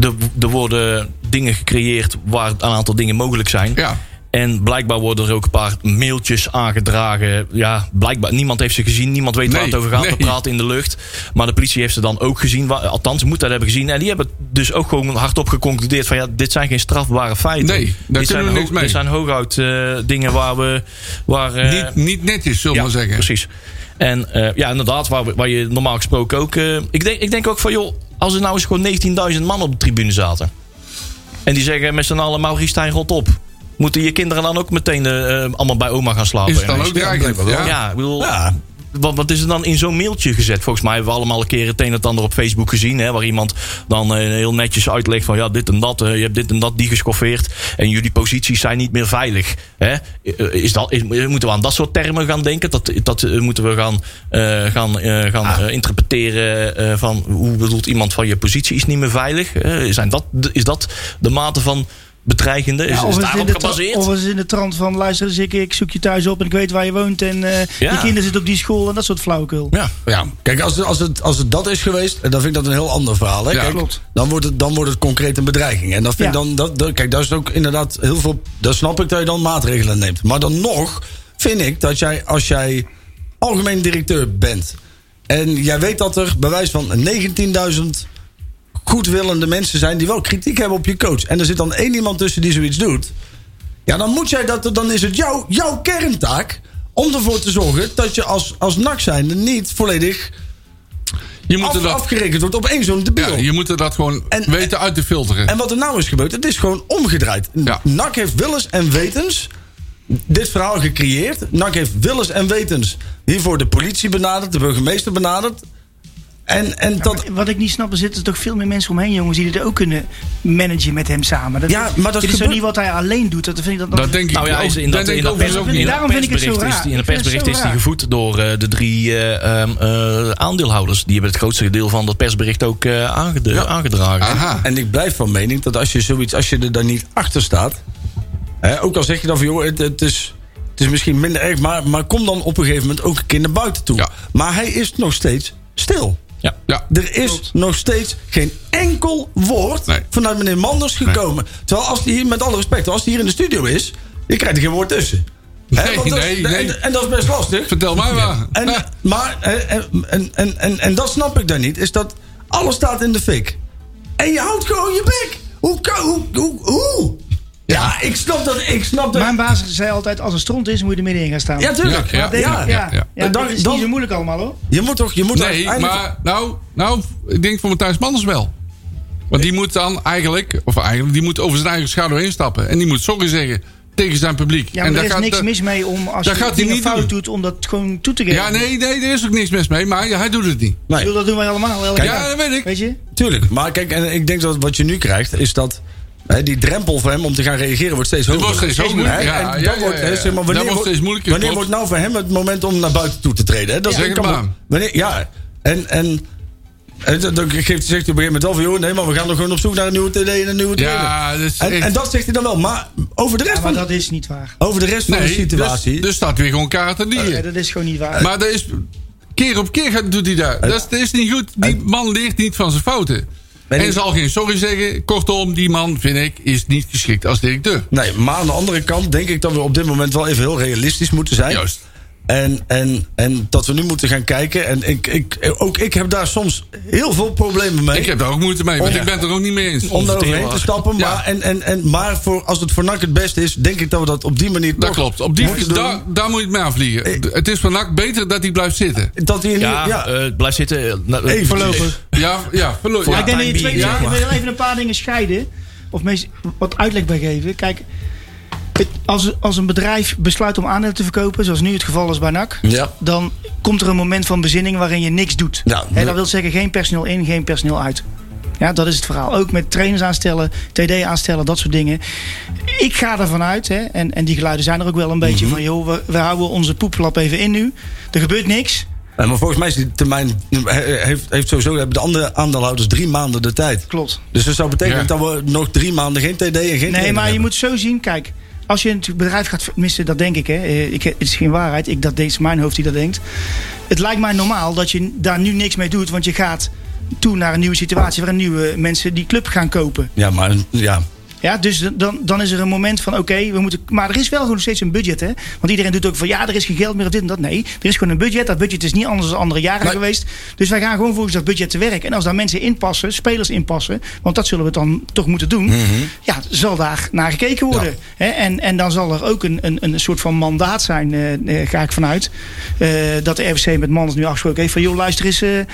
S5: Er er worden dingen gecreëerd waar een aantal dingen mogelijk zijn.
S6: Ja.
S5: En blijkbaar worden er ook een paar mailtjes aangedragen. Ja, blijkbaar. Niemand heeft ze gezien. Niemand weet waar
S6: Nee,
S5: het over gaat.
S6: nee.
S5: We praten in de lucht. Maar de politie heeft ze dan ook gezien. wa- Althans, moet dat hebben gezien. En die hebben dus ook gewoon hardop geconcludeerd van... ja, dit zijn geen strafbare feiten.
S6: Nee, daar kunnen
S5: dit zijn
S6: we
S5: ho-
S6: niks mee.
S5: Dit zijn hooguit eh, dingen waar we... Waar, eh,
S6: niet, niet netjes, zullen we maar zeggen.
S5: Precies. En eh, ja, inderdaad, waar, we- waar je normaal gesproken ook. eh, ik, denk, ik denk ook van, joh, als er nou eens gewoon 19.000 man op de tribune zaten. En die zeggen met z'n allen: Maurice Stijn rot op. Moeten je kinderen dan ook meteen eh, eh, allemaal bij oma gaan slapen?
S6: Is het dan
S5: ergens?
S6: ook dreigend?
S5: ja.
S6: Ja.
S5: ik bedoel.
S4: Ja.
S5: Wat, wat is er dan in zo'n mailtje gezet? Volgens mij hebben we allemaal een keer het een en het ander op Facebook gezien. Hè, waar iemand dan eh, heel netjes uitlegt van ja, dit en dat. eh, je hebt dit en dat die geschoffeerd. En jullie posities zijn niet meer veilig. Hè? Eh, Is dat, is- moeten we aan dat soort termen gaan denken? Dat, dat eh, moeten we gaan, eh, gaan, eh, gaan
S7: Ah.
S5: eh, interpreteren eh, van hoe bedoelt iemand van je positie is niet meer veilig? Eh, zijn dat, de- is dat de mate van bedreigende? Is,
S7: Ja,
S5: is
S7: of, het in
S5: daarop
S7: de tra-
S5: gebaseerd?
S7: of het is in de trant van luister eens, ik, ik zoek je thuis op en ik weet waar je woont en eh
S5: Ja.
S7: je kinderen zitten op die school en dat soort flauwekul.
S5: Ja.
S4: Ja, kijk, als, als, het, als het dat is geweest, dan vind ik dat een heel ander verhaal. Hè?
S6: Ja,
S4: kijk,
S6: klopt.
S4: Dan wordt, het, dan wordt het concreet een bedreiging. En dat vind
S7: Ja.
S4: ik dan, dat, dat- kijk, daar is ook inderdaad heel veel. Daar snap ik dat je dan maatregelen neemt. Maar dan nog vind ik dat jij, als jij algemeen directeur bent. en jij weet dat er bij wijze van 19.000 goedwillende mensen zijn. die wel kritiek hebben op je coach. en er zit dan één iemand tussen die zoiets doet. Ja, dan moet jij dat. Dan is het jou, jouw kerntaak. om ervoor te zorgen dat je als, als NAC zijnde niet volledig
S6: Je moet,
S4: af-
S6: er dat,
S4: afgerekend wordt op één zo'n
S6: ja,
S4: debiel.
S6: je moet er dat gewoon
S4: En-
S6: weten uit te filteren.
S4: En wat er nou is gebeurd, het is gewoon omgedraaid.
S6: Ja.
S4: NAC heeft willens en wetens dit verhaal gecreëerd. NAC heeft willens en wetens hiervoor de politie benaderd, de burgemeester benaderd. En, en dat...
S7: Maar Wat ik niet snap, er zitten toch veel meer mensen omheen, jongens, die dit ook kunnen managen met hem samen. Dat,
S4: Ja, maar dat
S7: dit is
S4: gebeurt-
S7: toch niet wat hij alleen doet. Dat vind ik dat,
S6: dat denk ik
S5: Nou ja,
S6: ook-
S5: is in
S6: daar
S5: dat,
S6: denk
S5: in
S6: ik
S5: dat, pers,
S6: overigens
S5: in
S6: ook
S5: dat
S7: niet.
S6: niet.
S7: Daarom vind ik het zo
S5: persbericht is
S7: raar.
S5: die, in dat
S7: Ik vind het
S5: persbericht
S7: zo
S5: is die
S7: raar.
S5: gevoed door eh, de drie eh, ehm, eh, aandeelhouders. Die hebben het grootste deel van dat persbericht ook eh, aangede- aangedragen.
S6: Aha.
S4: En ik blijf van mening dat als je zoiets, als je er dan niet achter staat. Hè, ook al zeg je dan van joh, het, het is. Het is misschien minder erg, maar, maar kom dan op een gegeven moment ook een keer naar buiten toe.
S6: Ja.
S4: Maar hij is nog steeds stil.
S5: Ja.
S6: Ja.
S4: Er is nog steeds geen enkel woord
S6: Nee.
S4: vanuit meneer Manders gekomen. Terwijl als hij hier, met alle respect, als hij hier in de studio is, je krijgt er geen woord tussen. Hè,
S6: Nee,
S4: want dat is-
S6: nee, nee.
S4: En, en dat is best lastig.
S6: Vertel mij waar.
S4: En,
S6: Ja.
S4: Maar, eh, en, en, en, en, en dat snap ik dan niet, is dat alles staat in de fik. En je houdt gewoon je bek. Hoe kan, hoe, hoe, hoe? Ja, ik snap dat, ik snap dat.
S7: Mijn baas zei altijd, als er stront is, moet je er middenin gaan staan.
S4: ja, tuurlijk.
S6: Ja,
S4: Ja,
S7: Denk ik,
S6: ja, ja, ja.
S7: ja, dus
S4: Dan-
S7: dat is
S4: dan-
S7: niet zo moeilijk allemaal hoor.
S4: Je moet toch, je moet
S6: Nee,
S4: uiteindelijk-
S6: maar nou, nou, ik denk voor Matthijs Manders wel. Want die moet dan eigenlijk, of eigenlijk, die moet over zijn eigen schaduw heen stappen. En die moet sorry zeggen tegen zijn publiek.
S7: Ja,
S6: en
S7: maar
S6: daar
S7: er is
S6: gaat-
S7: niks
S6: daar-
S7: mis mee om als
S6: daar
S7: je
S6: gaat hij
S7: dingen
S6: niet
S7: fout
S6: doen.
S7: doet om dat gewoon toe te geven.
S6: Ja, nee, nee, er is ook niks mis mee, maar hij doet het niet.
S7: Ik
S4: Nee.
S7: bedoel, dat doen wij allemaal. elke
S6: Kijk,
S7: dag.
S6: ja, dat weet ik.
S7: Weet je?
S4: Tuurlijk, maar kijk, en ik denk dat wat je nu krijgt is dat hè, die drempel voor hem om te gaan reageren wordt steeds hoger.
S6: wordt steeds hoger,
S4: Hè,
S6: ja,
S4: en
S6: ja,
S4: dat
S6: ja,
S4: wordt,
S6: ja,
S4: hè,
S6: ja.
S4: zeg maar,
S6: Dat
S4: wanneer
S6: wordt
S4: wordt-
S6: steeds moeilijker,
S4: Wanneer
S6: klopt.
S4: wordt nou voor hem het moment om naar buiten toe te treden? Hè? Dat
S6: Ja.
S4: is-
S6: Zeg
S4: kan
S6: het
S4: wel-
S6: maar.
S4: Wanneer, ja, en. en en dan- dan geeft, zegt hij op een gegeven moment al van... joh, nee, maar we gaan er gewoon op zoek naar een nieuwe TD en een nieuwe
S6: Ja,
S4: trainer.
S6: dat is
S4: en,
S6: echt-
S4: en dat zegt hij dan wel. Maar over de rest
S7: Ja, maar
S4: van,
S7: dat is niet waar.
S4: over de, rest van de
S6: Nee,
S4: situatie...
S6: dus, dus staat weer gewoon kaart en
S7: Ja,
S6: die.
S7: dat is gewoon niet waar.
S6: Maar dat is, keer op keer gaat- doet hij dat. Dat is, dat is niet goed. Die man leert niet van zijn fouten.
S4: Ben
S6: En
S4: ik-
S6: zal geen sorry zeggen. Kortom, die man, vind ik, is niet geschikt als directeur.
S4: Nee, maar aan de andere kant denk ik dat we op dit moment wel even heel realistisch moeten zijn.
S6: Juist.
S4: En, en, en dat we nu moeten gaan kijken. En ik, ik, ook ik heb daar soms heel veel problemen mee.
S6: Ik heb daar ook moeite mee, want
S4: Om-
S6: ik ben het er ook niet mee eens.
S4: Oh, om daar overheen te stappen.
S6: Ja.
S4: Maar, en, en, en, maar voor, als het voor NAC het beste is, denk ik dat we dat op die manier
S6: Dat
S4: toch
S6: klopt. Op die,
S4: moeten doen.
S6: daar, daar moet je het mee afvliegen. het is van NAC beter dat hij blijft zitten.
S4: Dat hij
S5: Ja,
S4: ja, ja,
S5: eh, blijf zitten. Nou,
S4: Even.
S5: voorlopig.
S6: Ja, ja, verlo-
S5: Voor-
S6: ja.
S7: ik denk dat je twee
S5: being,
S7: dingen-
S5: zeg maar.
S7: ik wil even een paar dingen scheiden. Of meest wat uitleg bij geven. Kijk, het- als, als een bedrijf besluit om aandelen te verkopen, zoals nu het geval is bij NAC,
S4: Ja.
S7: dan komt er een moment van bezinning waarin je niks doet.
S4: Ja.
S7: Hè, dat wil zeggen geen personeel in, geen personeel uit. Ja, dat is het verhaal. Ook met trainers aanstellen, TD aanstellen, dat soort dingen. Ik ga ervan uit, hè, en, en die geluiden zijn er ook wel een beetje van... joh, we, we houden onze poeplap even in nu. Er gebeurt niks.
S4: Eh, maar volgens mij is die termijn. eh, heeft, heeft sowieso, hebben de andere aandeelhouders drie maanden de tijd.
S7: Klopt.
S4: Dus dat zou betekenen
S6: Ja.
S4: dat we nog drie maanden geen TD en geen.
S7: Nee,
S4: trainer
S7: maar je
S4: hebben.
S7: moet zo zien, kijk. Als je het bedrijf gaat vermissen, dat denk ik. Hè. Eh, ik het is geen waarheid, ik, dat is mijn hoofd die dat denkt. Het lijkt mij normaal dat je daar nu niks mee doet. Want je gaat toe naar een nieuwe situatie waarin nieuwe mensen die club gaan kopen.
S4: Ja, maar een- ja.
S7: Ja, dus dan, dan is er een moment van oké, we moeten. Maar er is wel gewoon nog steeds een budget, hè? Want iedereen doet ook van ja, er is geen geld meer of dit en dat. Nee, er is gewoon een budget. Dat budget is niet anders dan andere jaren geweest. Dus wij gaan gewoon volgens dat budget te werk. En als daar mensen inpassen, spelers inpassen, want dat zullen we dan toch moeten doen. Ja, zal daar naar gekeken worden. Hè? En, en dan zal er ook een, een, een soort van mandaat zijn, eh, eh, ga ik vanuit. eh, dat de RFC met Manders nu afgesproken heeft van joh, luister eens, eh, eh,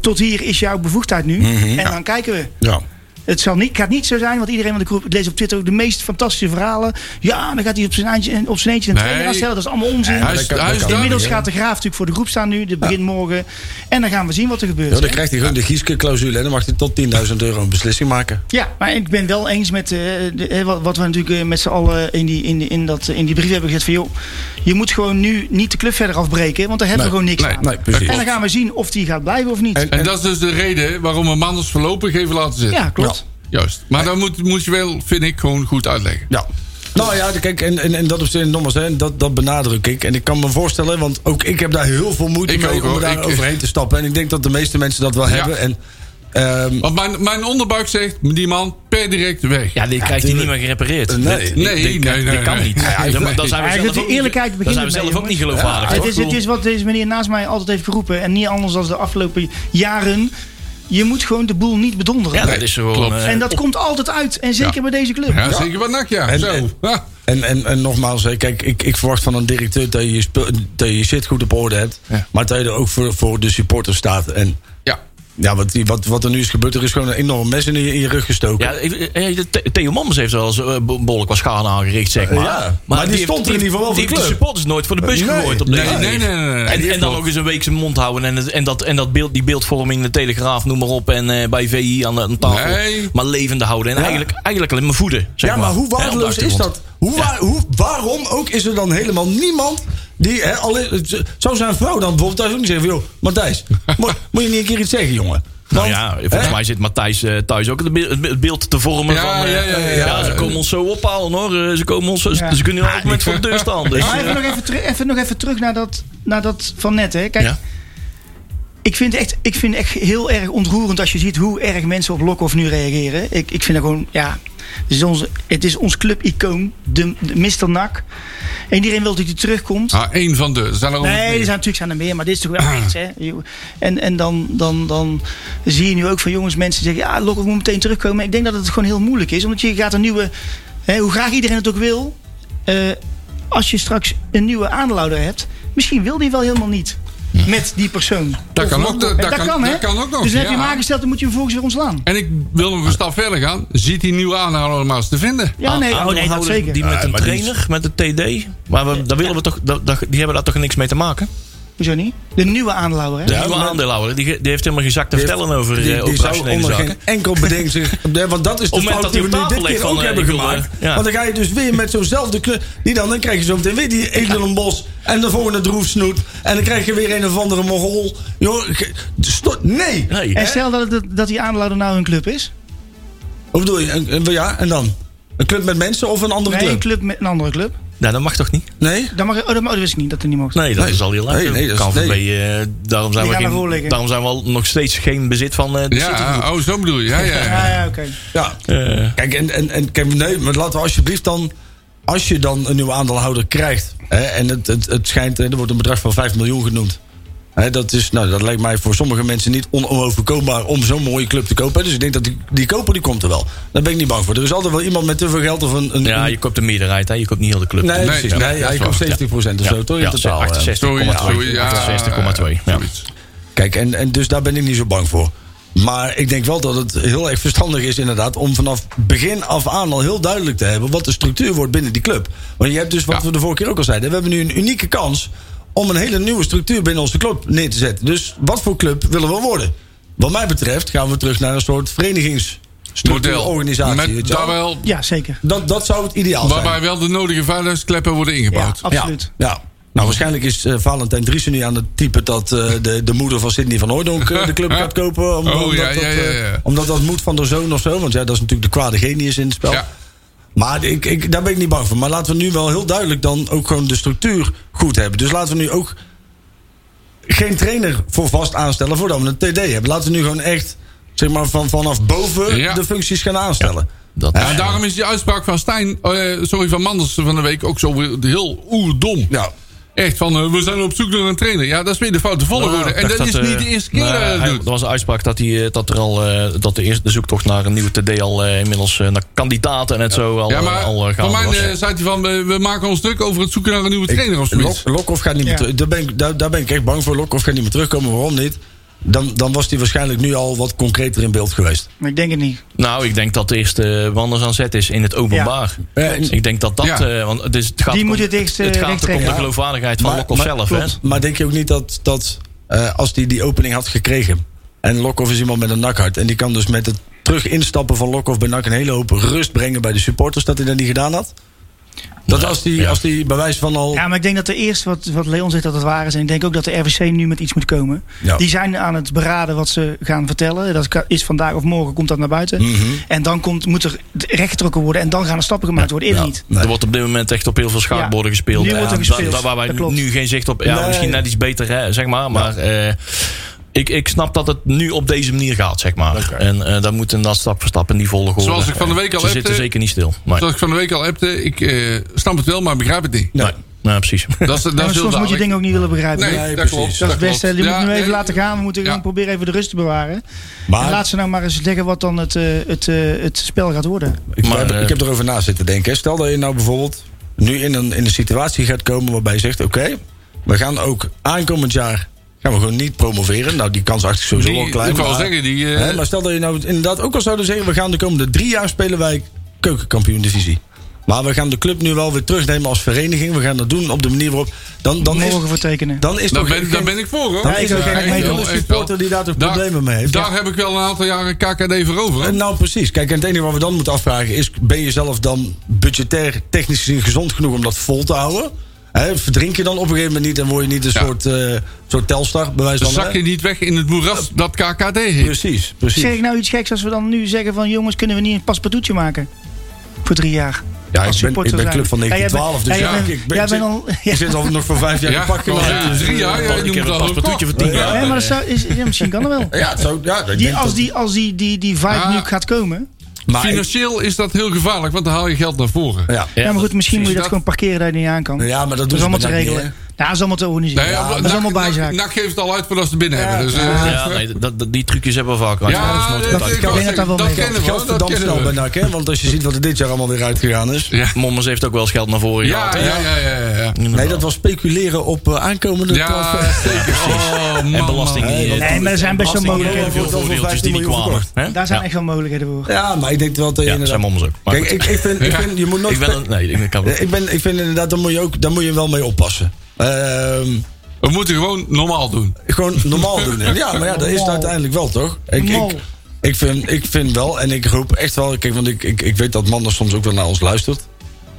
S7: tot hier is jouw bevoegdheid nu. en dan kijken we.
S4: ja.
S7: Het zal niet, gaat niet zo zijn, want iedereen van de groep ik lees op Twitter ook de meest fantastische verhalen. Ja, dan gaat hij op zijn eindje en op zijn eentje een
S6: Nee.
S7: trainer aanstellen. Dat is allemaal onzin.
S6: Hij is, hij is daar-
S7: Inmiddels gaat de graaf natuurlijk voor de groep staan nu. De begin morgen. En dan gaan we zien wat er gebeurt.
S4: Ja, dan
S7: hè.
S4: krijgt hij gewoon de Gieske-clausule en dan mag hij tot 10.000 euro een beslissing maken.
S7: Ja, maar ik ben wel eens met eh, de- hè, wat, wat we natuurlijk eh, met z'n allen in die, in, die- in, dat, eh, in die brief hebben gezet. Van joh, je moet gewoon nu niet de club verder afbreken, want daar hebben we gewoon niks
S6: nee,
S7: aan.
S4: Nee, precies.
S7: en dan gaan we zien of die gaat blijven of niet.
S6: En dat is dus de reden waarom we Manders voorlopig even laten zitten.
S7: ja, klopt.
S6: Juist. Maar dat moet, moet je wel, vind ik, gewoon goed uitleggen.
S4: Ja. Nou ja, kijk, en, en, en dat op zijn nogmaals, hè, dat, dat benadruk ik. En ik kan me voorstellen, want ook ik heb daar heel veel moeite
S6: Ik
S4: mee
S6: ook,
S4: om
S6: hoor.
S4: daar
S6: Ik-
S4: overheen te stappen. En ik denk dat de meeste mensen dat wel
S6: Ja.
S4: hebben. En, ehm,
S6: Want mijn, mijn onderbuik zegt, die man per direct weg.
S5: Ja, dit krijgt hij niet meer gerepareerd.
S4: Nee.
S5: Dit- dit-
S6: Nee,
S5: dit
S6: nee,
S5: kan-
S6: nee,
S5: Dit kan
S6: nee.
S5: niet.
S6: Nee,
S5: Dan-
S6: nee.
S5: Dan zijn we
S7: Ja,
S5: zelf
S7: goed, de
S5: ook niet-
S7: eerlijkheid
S5: dan
S7: begint
S5: zijn we
S7: ermee,
S5: zelf ook
S7: jongens.
S5: niet geloofwaardig.
S7: Het
S5: toch?
S7: is, het
S5: Ik
S7: is wat deze meneer naast mij altijd heeft geroepen. En niet anders dan de afgelopen jaren. Je moet gewoon de boel niet bedonderen.
S5: bedoel, Ja, dat is gewoon...
S6: klopt.
S5: eh,
S7: en dat komt altijd uit. En zeker
S6: Ja.
S7: bij deze club.
S6: Ja, zeker wat nak, ja.
S4: En-
S6: Zo.
S4: en-
S6: Ja.
S4: en, en, en nogmaals, hè, kijk, ik, ik verwacht van een directeur dat je je, spul- dat je je shit goed op orde hebt.
S6: Ja.
S4: Maar dat je er ook voor, voor de supporters staat. En
S6: ja.
S4: ja, wat, die- wat, wat er nu is gebeurd, er is gewoon een enorm mes in je, in je rug gestoken.
S5: Ja, ik- eh, de- Theo Mammers heeft wel eens eh, be- behoorlijk wat schade aangericht, zeg maar.
S4: Ja, maar die
S5: heeft-
S4: stond er in ieder geval wel voor
S5: Die
S4: de
S5: heeft de
S4: club.
S5: supporters nooit voor de bus
S4: Nee.
S5: gegooid op
S6: Nee,
S5: deze
S6: nee, nee,
S5: manier.
S6: nee, nee, nee.
S5: En, en dan
S6: Klopt.
S5: ook eens een week zijn mond houden. En, het- en, dat, en dat beeld, die beeldvorming, de Telegraaf, noem maar op. En eh, bij VI aan, de- aan tafel.
S6: Nee.
S5: Maar levende houden. En eigenlijk, eigenlijk alleen maar voeden, zeg
S4: ja, maar, hoe waardeloos
S5: Hè, op de
S4: is dat?
S5: achtergrond.
S4: Hoe, waar- hoe, waarom ook is er dan helemaal niemand die... Hè, alleen, zou zijn vrouw dan bijvoorbeeld thuis ook niet zeggen van... joh, Matthijs, mo- moet je niet een keer iets zeggen, jongen?
S5: Nou
S4: Want,
S5: ja, volgens
S4: hè?
S5: mij zit Matthijs eh, thuis ook het be- het beeld te vormen
S6: Ja,
S5: van... eh,
S6: ja, ja, ja, ja.
S5: ze komen ons zo ophalen hoor. Eh, Ze, komen ons, zo-
S7: Ja.
S5: ze kunnen elk moment voor de deur staan. Dus,
S7: Maar
S5: eh,
S7: even nog even, teru- even, nog even terug naar dat, naar dat van net. Hè. Kijk,
S5: eh, ja.
S7: ik, vind echt, ik vind echt heel erg ontroerend als je ziet hoe erg mensen op Lokhoff nu reageren. Ik, ik vind dat gewoon, ja... Het is, onze, het is ons club-icoon, de, de Mr. Nak. En iedereen wil dat hij terugkomt.
S6: Ah, één van de. Er Zijn er honderd
S7: Nee,
S6: meer.
S7: er zijn natuurlijk zijn er meer, maar dit is toch wel echt. Hè? Je- En, en dan, dan, dan zie je nu ook van jongens, mensen zeggen: ja, Lokhoff moet meteen terugkomen. Ik denk dat het gewoon heel moeilijk is, omdat je gaat een nieuwe. Hè, hoe graag iedereen het ook wil, eh, als je straks een nieuwe aandeelhouder hebt, misschien wil die wel helemaal niet. Met die persoon.
S6: Dat kan ook, dat,
S7: Eh,
S6: dat kan,
S7: hè?
S6: dat kan ook nog.
S7: Dus dan heb je
S6: ja.
S7: hem aangesteld, dan moet je hem volgens weer ontslaan.
S6: En ik wil nog een stap verder gaan. Ziet die nieuwe aanhouder maar eens te vinden.
S7: Ja, nee, oh, nee dat
S5: Aandeelhouders
S7: zeker.
S5: Ah, Die met
S4: Ja,
S5: een
S4: maar die is-
S5: trainer, met een TD. Maar we, daar willen we toch, dat- dat- die hebben daar toch niks mee te maken?
S7: Hoezo niet? De nieuwe aandeelhouder, hè?
S5: De nieuwe
S4: maar-
S5: aandeelhouder, die, ge- die heeft helemaal geen zak te
S4: Die
S5: vertellen over
S4: die,
S5: eh,
S4: die zou
S5: operationele
S4: onder
S5: zaken.
S4: geen enkel beding zich... hè, Want dat is
S5: Op
S4: de
S5: het moment
S4: fout
S5: dat
S4: die
S5: hij
S4: we nu
S5: op tafel
S4: dit
S5: ligt
S4: keer
S5: van,
S4: ook
S5: eh,
S4: hebben
S5: ik wil, eh,
S4: gemaakt.
S5: ja.
S4: Want dan ga je dus weer met zo'nzelfde kleur... Die dan, dan krijg je zo meteen weer die Edelon Bos en de volgende droefsnoet. En dan krijg je weer een of andere Mogol. Joh, ge- stort, nee!
S5: Nee.
S7: En stel dat, het, dat die aandeelhouder nou een club is.
S4: Hoe bedoel je? Een- een- ja, en dan? Een club met mensen of een andere
S7: Nee, een
S4: club?
S7: club met een andere club.
S5: Nou, dat mag toch niet?
S4: Nee?
S7: Dan mag, je- oh, dat, oh, dat wist ik niet, dat er niet mocht.
S5: Nee, dat
S4: Nee.
S5: is al heel lang.
S4: Nee, nee, dat is-
S5: KNVB, eh, daarom, zijn
S7: Die
S5: we
S7: gaan ervoor
S5: geen,
S7: liggen.
S5: daarom zijn we al nog steeds geen bezit van eh, de Citygroep.
S6: Ja, oh, zo bedoel je. Ja, ja, ja.
S7: Ah, ja, oké.
S4: Ja.
S5: Eh,
S4: Kijk, en, en, en kijk, nee, maar laten we alsjeblieft dan als je dan een nieuwe aandeelhouder krijgt. Hè, en het, het, het schijnt, hè, er wordt een bedrag van 5 miljoen genoemd. Hè, dat, is, nou, dat lijkt mij voor sommige mensen niet onoverkoopbaar om zo'n mooie club te kopen. Dus ik denk dat die, die koper die komt er wel. Daar ben ik niet bang voor. Er is altijd wel iemand met te veel geld of een. een
S5: Ja,
S4: een-
S5: je koopt de meerderheid, hè? je koopt niet heel de club.
S4: nee,
S5: Ja.
S4: precies.
S5: Ja.
S4: Nee, ja, je
S5: Ja.
S4: koopt 70 of
S5: Ja.
S4: zo, toch? In
S5: Ja,
S4: totaal, eh, hè.
S5: 68,2.
S6: Sorry, ja.
S5: 68,2. Ja.
S6: Zoiets.
S4: Kijk, en, en dus daar ben ik niet zo bang voor. Maar ik denk wel dat het heel erg verstandig is inderdaad... om vanaf begin af aan al heel duidelijk te hebben... wat de structuur wordt binnen die club. Want je hebt dus, wat
S6: Ja.
S4: we de vorige keer ook al zeiden... we hebben nu een unieke kans om een hele nieuwe structuur binnen onze club neer te zetten. Dus wat voor club willen we worden? Wat mij betreft gaan we terug naar een soort verenigingsmodel,
S6: Model.
S4: organisatie.
S6: Met daar wel,
S7: Ja, zeker.
S4: dat, dat zou het ideaal zijn.
S6: waarbij wel de nodige veiligheidskleppen worden
S7: Ja,
S6: ingebouwd.
S7: absoluut.
S4: Ja. ja. Nou, waarschijnlijk is eh, Valentijn Driessen nu aan het type dat eh, de, de moeder van Sidney van Hooydonk eh, de club gaat kopen. Om,
S6: Oh,
S4: omdat,
S6: ja,
S4: dat,
S6: ja,
S4: eh,
S6: ja, ja.
S4: omdat dat moet van de zoon of zo. Want ja, dat is natuurlijk de kwade genius in het spel.
S6: Ja.
S4: Maar ik, ik, daar ben ik niet bang voor. Maar laten we nu wel heel duidelijk dan ook gewoon de structuur goed hebben. Dus laten we nu ook geen trainer voor vast aanstellen voordat we een TD hebben. Laten we nu gewoon echt zeg maar, van, vanaf boven
S6: Ja.
S4: de functies gaan aanstellen.
S5: Dat
S6: Ja, en daarom is die uitspraak van Stijn, eh, sorry, van Manders van de week ook zo weer heel oerdom.
S4: Ja.
S6: Echt van, eh, we zijn op zoek naar een trainer. Ja, dat is weer de foute volgorde.
S5: Nou, ik
S6: en dat,
S5: dacht
S6: is
S5: eh,
S6: niet de eerste keer
S5: nou,
S6: dat hij dat
S5: hij-
S6: doet.
S5: Er was een uitspraak dat, hij, eh, dat, er al, eh, dat de, eerste, de zoektocht naar een nieuwe TD al eh, inmiddels eh, naar kandidaten en het zo al,
S6: Ja,
S5: eh,
S6: maar
S5: al eh,
S6: voor
S5: gaande
S6: mij
S5: was.
S6: eh, zei hij van, we, we maken ons druk over het zoeken naar een nieuwe trainer of
S4: Lok,
S6: zoiets.
S4: Lokhoff gaat niet meer
S7: Ja.
S4: terug. Daar ben, ik, daar, daar ben ik echt bang voor. Lokhoff gaat niet meer terugkomen. Waarom niet? Dan, dan was hij waarschijnlijk nu al wat concreter in beeld geweest.
S7: Maar ik denk het niet.
S5: Nou, ik denk dat de eerste Wanders aan zet is in het openbaar.
S4: Ja. Eh,
S5: Ik denk dat dat...
S6: Ja.
S5: eh, want het, is, het gaat
S7: Die
S5: ook
S7: moet
S5: om-
S7: het eerst, eh,
S5: Het gaat ook om
S7: rechttrekken.
S5: de
S7: Ja.
S5: geloofwaardigheid van Lokhoff zelf. hè?
S4: klopt. maar denk je ook niet dat, dat eh, als hij die opening had gekregen... en Lokhoff is iemand met een nakhart... en die kan dus met het terug instappen van Lokhoff bij NAC... een hele hoop rust brengen bij de supporters... dat hij dat niet gedaan had? Dat als die,
S5: ja.
S4: als die bij wijze van al...
S7: Ja, maar ik denk dat de eerste, wat, wat Leon zegt, dat het waar is. En ik denk ook dat de RVC nu met iets moet komen.
S4: Ja.
S7: Die zijn aan het beraden wat ze gaan vertellen. Dat ka- is vandaag of morgen, komt dat naar buiten.
S6: Mhm.
S7: En dan komt, moet er recht getrokken worden. En dan gaan er stappen gemaakt worden. Eerder
S4: Ja.
S7: niet.
S4: Nee.
S5: Er wordt op dit moment echt op heel veel schaakborden
S7: Ja.
S5: gespeeld.
S7: Nu wordt er
S5: Ja,
S7: gespeeld.
S5: Waar, waar wij
S7: Dat klopt.
S5: nu geen zicht op... Ja,
S4: Nee.
S5: Misschien net iets beter, hè, zeg maar. Maar eh, ik, ik snap dat het nu op deze manier gaat, zeg maar. En eh, dan moeten dat stap voor stap in die volgorde.
S6: Zoals ik van de week al
S5: Ze
S6: heb,
S5: zitten
S6: eh,
S5: zeker niet stil. Nee.
S6: Zoals ik van de week al appte, ik eh, snap het wel, maar begrijp het niet.
S5: Nee. Nou, precies.
S6: Dat is, dat
S7: Ja,
S6: is
S7: maar
S6: heel
S7: soms moet je
S6: duidelijk.
S7: dingen ook niet willen begrijpen.
S6: Nee,
S7: Dat
S4: Nee,
S6: dat
S4: precies.
S6: klopt.
S7: is het
S6: klopt.
S7: beste. Die
S6: Ja,
S7: moeten we even
S6: nee,
S7: laten gaan. We moeten
S6: Ja.
S7: gewoon proberen even de rust te bewaren. En
S4: maar
S7: laat ze nou maar eens zeggen wat dan het, eh, het, eh, het spel gaat worden.
S4: Ik,
S5: Maar,
S4: heb,
S5: eh,
S4: ik heb erover na zitten denken. hè. Stel dat je nou bijvoorbeeld nu in een, in een situatie gaat komen waarbij je zegt: Oké, we gaan ook aankomend jaar gaan we gewoon niet promoveren. Nou, die kans achter sowieso
S6: Die-
S4: wel klein.
S6: ik wou
S4: maar-
S6: zeggen, die, eh,
S4: Hè, maar stel dat je nou inderdaad ook al zouden zeggen: We gaan de komende drie jaar spelen wij keukenkampioen divisie. Maar we gaan de club nu wel weer terugnemen als vereniging. We gaan dat doen op de manier waarop. Dan, dan is,
S7: morgen voor tekenen.
S4: dan is
S6: Daar
S4: toch
S6: ben,
S4: geen-
S6: daar ben ik voor, hoor.
S4: dan is er
S6: Ja,
S4: geen
S6: echt
S4: enkele
S6: wel, echt
S4: supporter
S6: wel.
S4: die daar toch
S6: Daar-
S4: problemen mee heeft.
S6: Daar heb ik wel een aantal jaren KKD voor over. hoor.
S4: Eh, Nou, precies. Kijk, en het enige wat we dan moeten afvragen is: ben je zelf dan budgetair, technisch gezien gezond genoeg om dat vol te houden? Hè, verdrink je dan op een gegeven moment niet en word je niet een
S6: Ja.
S4: soort, eh, soort telstar, bij wijze
S6: Dan
S4: van
S6: zak je
S4: hè?
S6: niet weg in het moeras dat KKD heeft.
S4: Precies, precies.
S7: Zeg ik nou iets geks als we dan nu zeggen van jongens, kunnen we niet een paspartoutje maken? Voor drie jaar.
S4: Ja, ik
S7: Als
S4: ben,
S7: supporter
S4: ik ben
S7: zijn.
S4: club van
S7: Ja, jij bent-
S4: 1912, dus
S7: ja, jij
S4: ja,
S7: bent-
S4: ik ben-
S7: jij
S4: ik zit-
S7: bent al-
S4: ik zit al nog voor vijf jaar
S6: Ja,
S4: in pak
S6: ja,
S4: gelaten, dus,
S6: drie
S4: eh,
S6: jaar, ja.
S5: Want
S6: je
S5: ik heb
S6: moet
S5: een
S6: wel
S5: paspartoutje voor
S6: kopen.
S5: 10 jaar.
S7: Nee, maar dat zou, is, ja, misschien kan dat wel.
S4: Ja, het zou, ja, ik
S7: Die,
S4: denk
S7: als
S4: dat-
S7: die, als die, die, die vibe
S6: Ah.
S7: nu gaat komen.
S4: maar ik-
S6: Financieel is dat heel gevaarlijk, want dan haal je geld naar voren.
S4: ja.
S7: Ja, maar goed, misschien moet je dat,
S6: dat-
S7: gewoon parkeren dat je niet aan kan.
S4: Ja, maar dat
S7: is
S4: doen
S7: allemaal
S4: ze
S7: te
S4: bij NAC
S7: regelen.
S4: niet,
S7: Nou, dat is allemaal te organiseren.
S6: Nee,
S7: dat is allemaal bijzaak.
S6: NAC geeft het al uit voordat ze het binnen hebben. Dus, eh,
S5: Ja, nee, dat, dat- die trucjes hebben we vaak.
S6: Ja,
S5: dat is nooit
S6: dat,
S5: contact.
S6: ik wou
S7: denk dat
S6: zeggen,
S7: daar wel
S6: dat
S7: mee
S6: kennen we.
S4: Geld
S6: hoor, Dat
S4: verdampt snel
S6: kennen
S4: bij
S6: we.
S4: NAC, hè? Want als je ziet wat er dit jaar allemaal weer uitgegaan is.
S6: Ja,
S5: Mommers heeft ook wel eens geld naar voren
S6: ja,
S5: gehaald. hè? eh,
S6: ja, ja. ja, ja.
S5: Inderdaad.
S4: Nee, dat was speculeren op eh, aankomende transfer.
S6: Ja, zeker. Oh, man,
S5: En belasting.
S6: man.
S4: Nee,
S5: eh,
S7: Nee, maar er zijn best wel
S5: belasting-
S7: mogelijkheden
S5: heel
S4: voor
S5: veel
S4: dat we
S5: voordeeltjes
S4: 15
S5: die niet
S4: miljoen
S5: kwamen. hè?
S7: Daar zijn
S5: Ja.
S7: echt wel mogelijkheden voor.
S4: Ja, maar ik denk wel dat je
S5: Ja,
S4: inderdaad-
S5: zijn mommers ook. Maar
S4: Kijk,
S5: goed.
S4: ik, ik, vind, ik
S6: Ja.
S4: vind, je moet nooit...
S5: Ik ben een- Nee, ik kan
S4: Eh, Ik, ben, ik vind inderdaad, daar moet je, ook, daar moet je wel mee oppassen. Ehm,
S6: We moeten gewoon normaal doen.
S4: gewoon normaal doen. En Ja, maar ja, dat is het
S7: Normaal.
S4: uiteindelijk wel, toch? Ik,
S7: Normaal.
S4: ik, ik, vind, ik vind wel, en ik hoop echt wel... Kijk, want ik, ik, ik weet dat mannen soms ook wel naar ons luistert.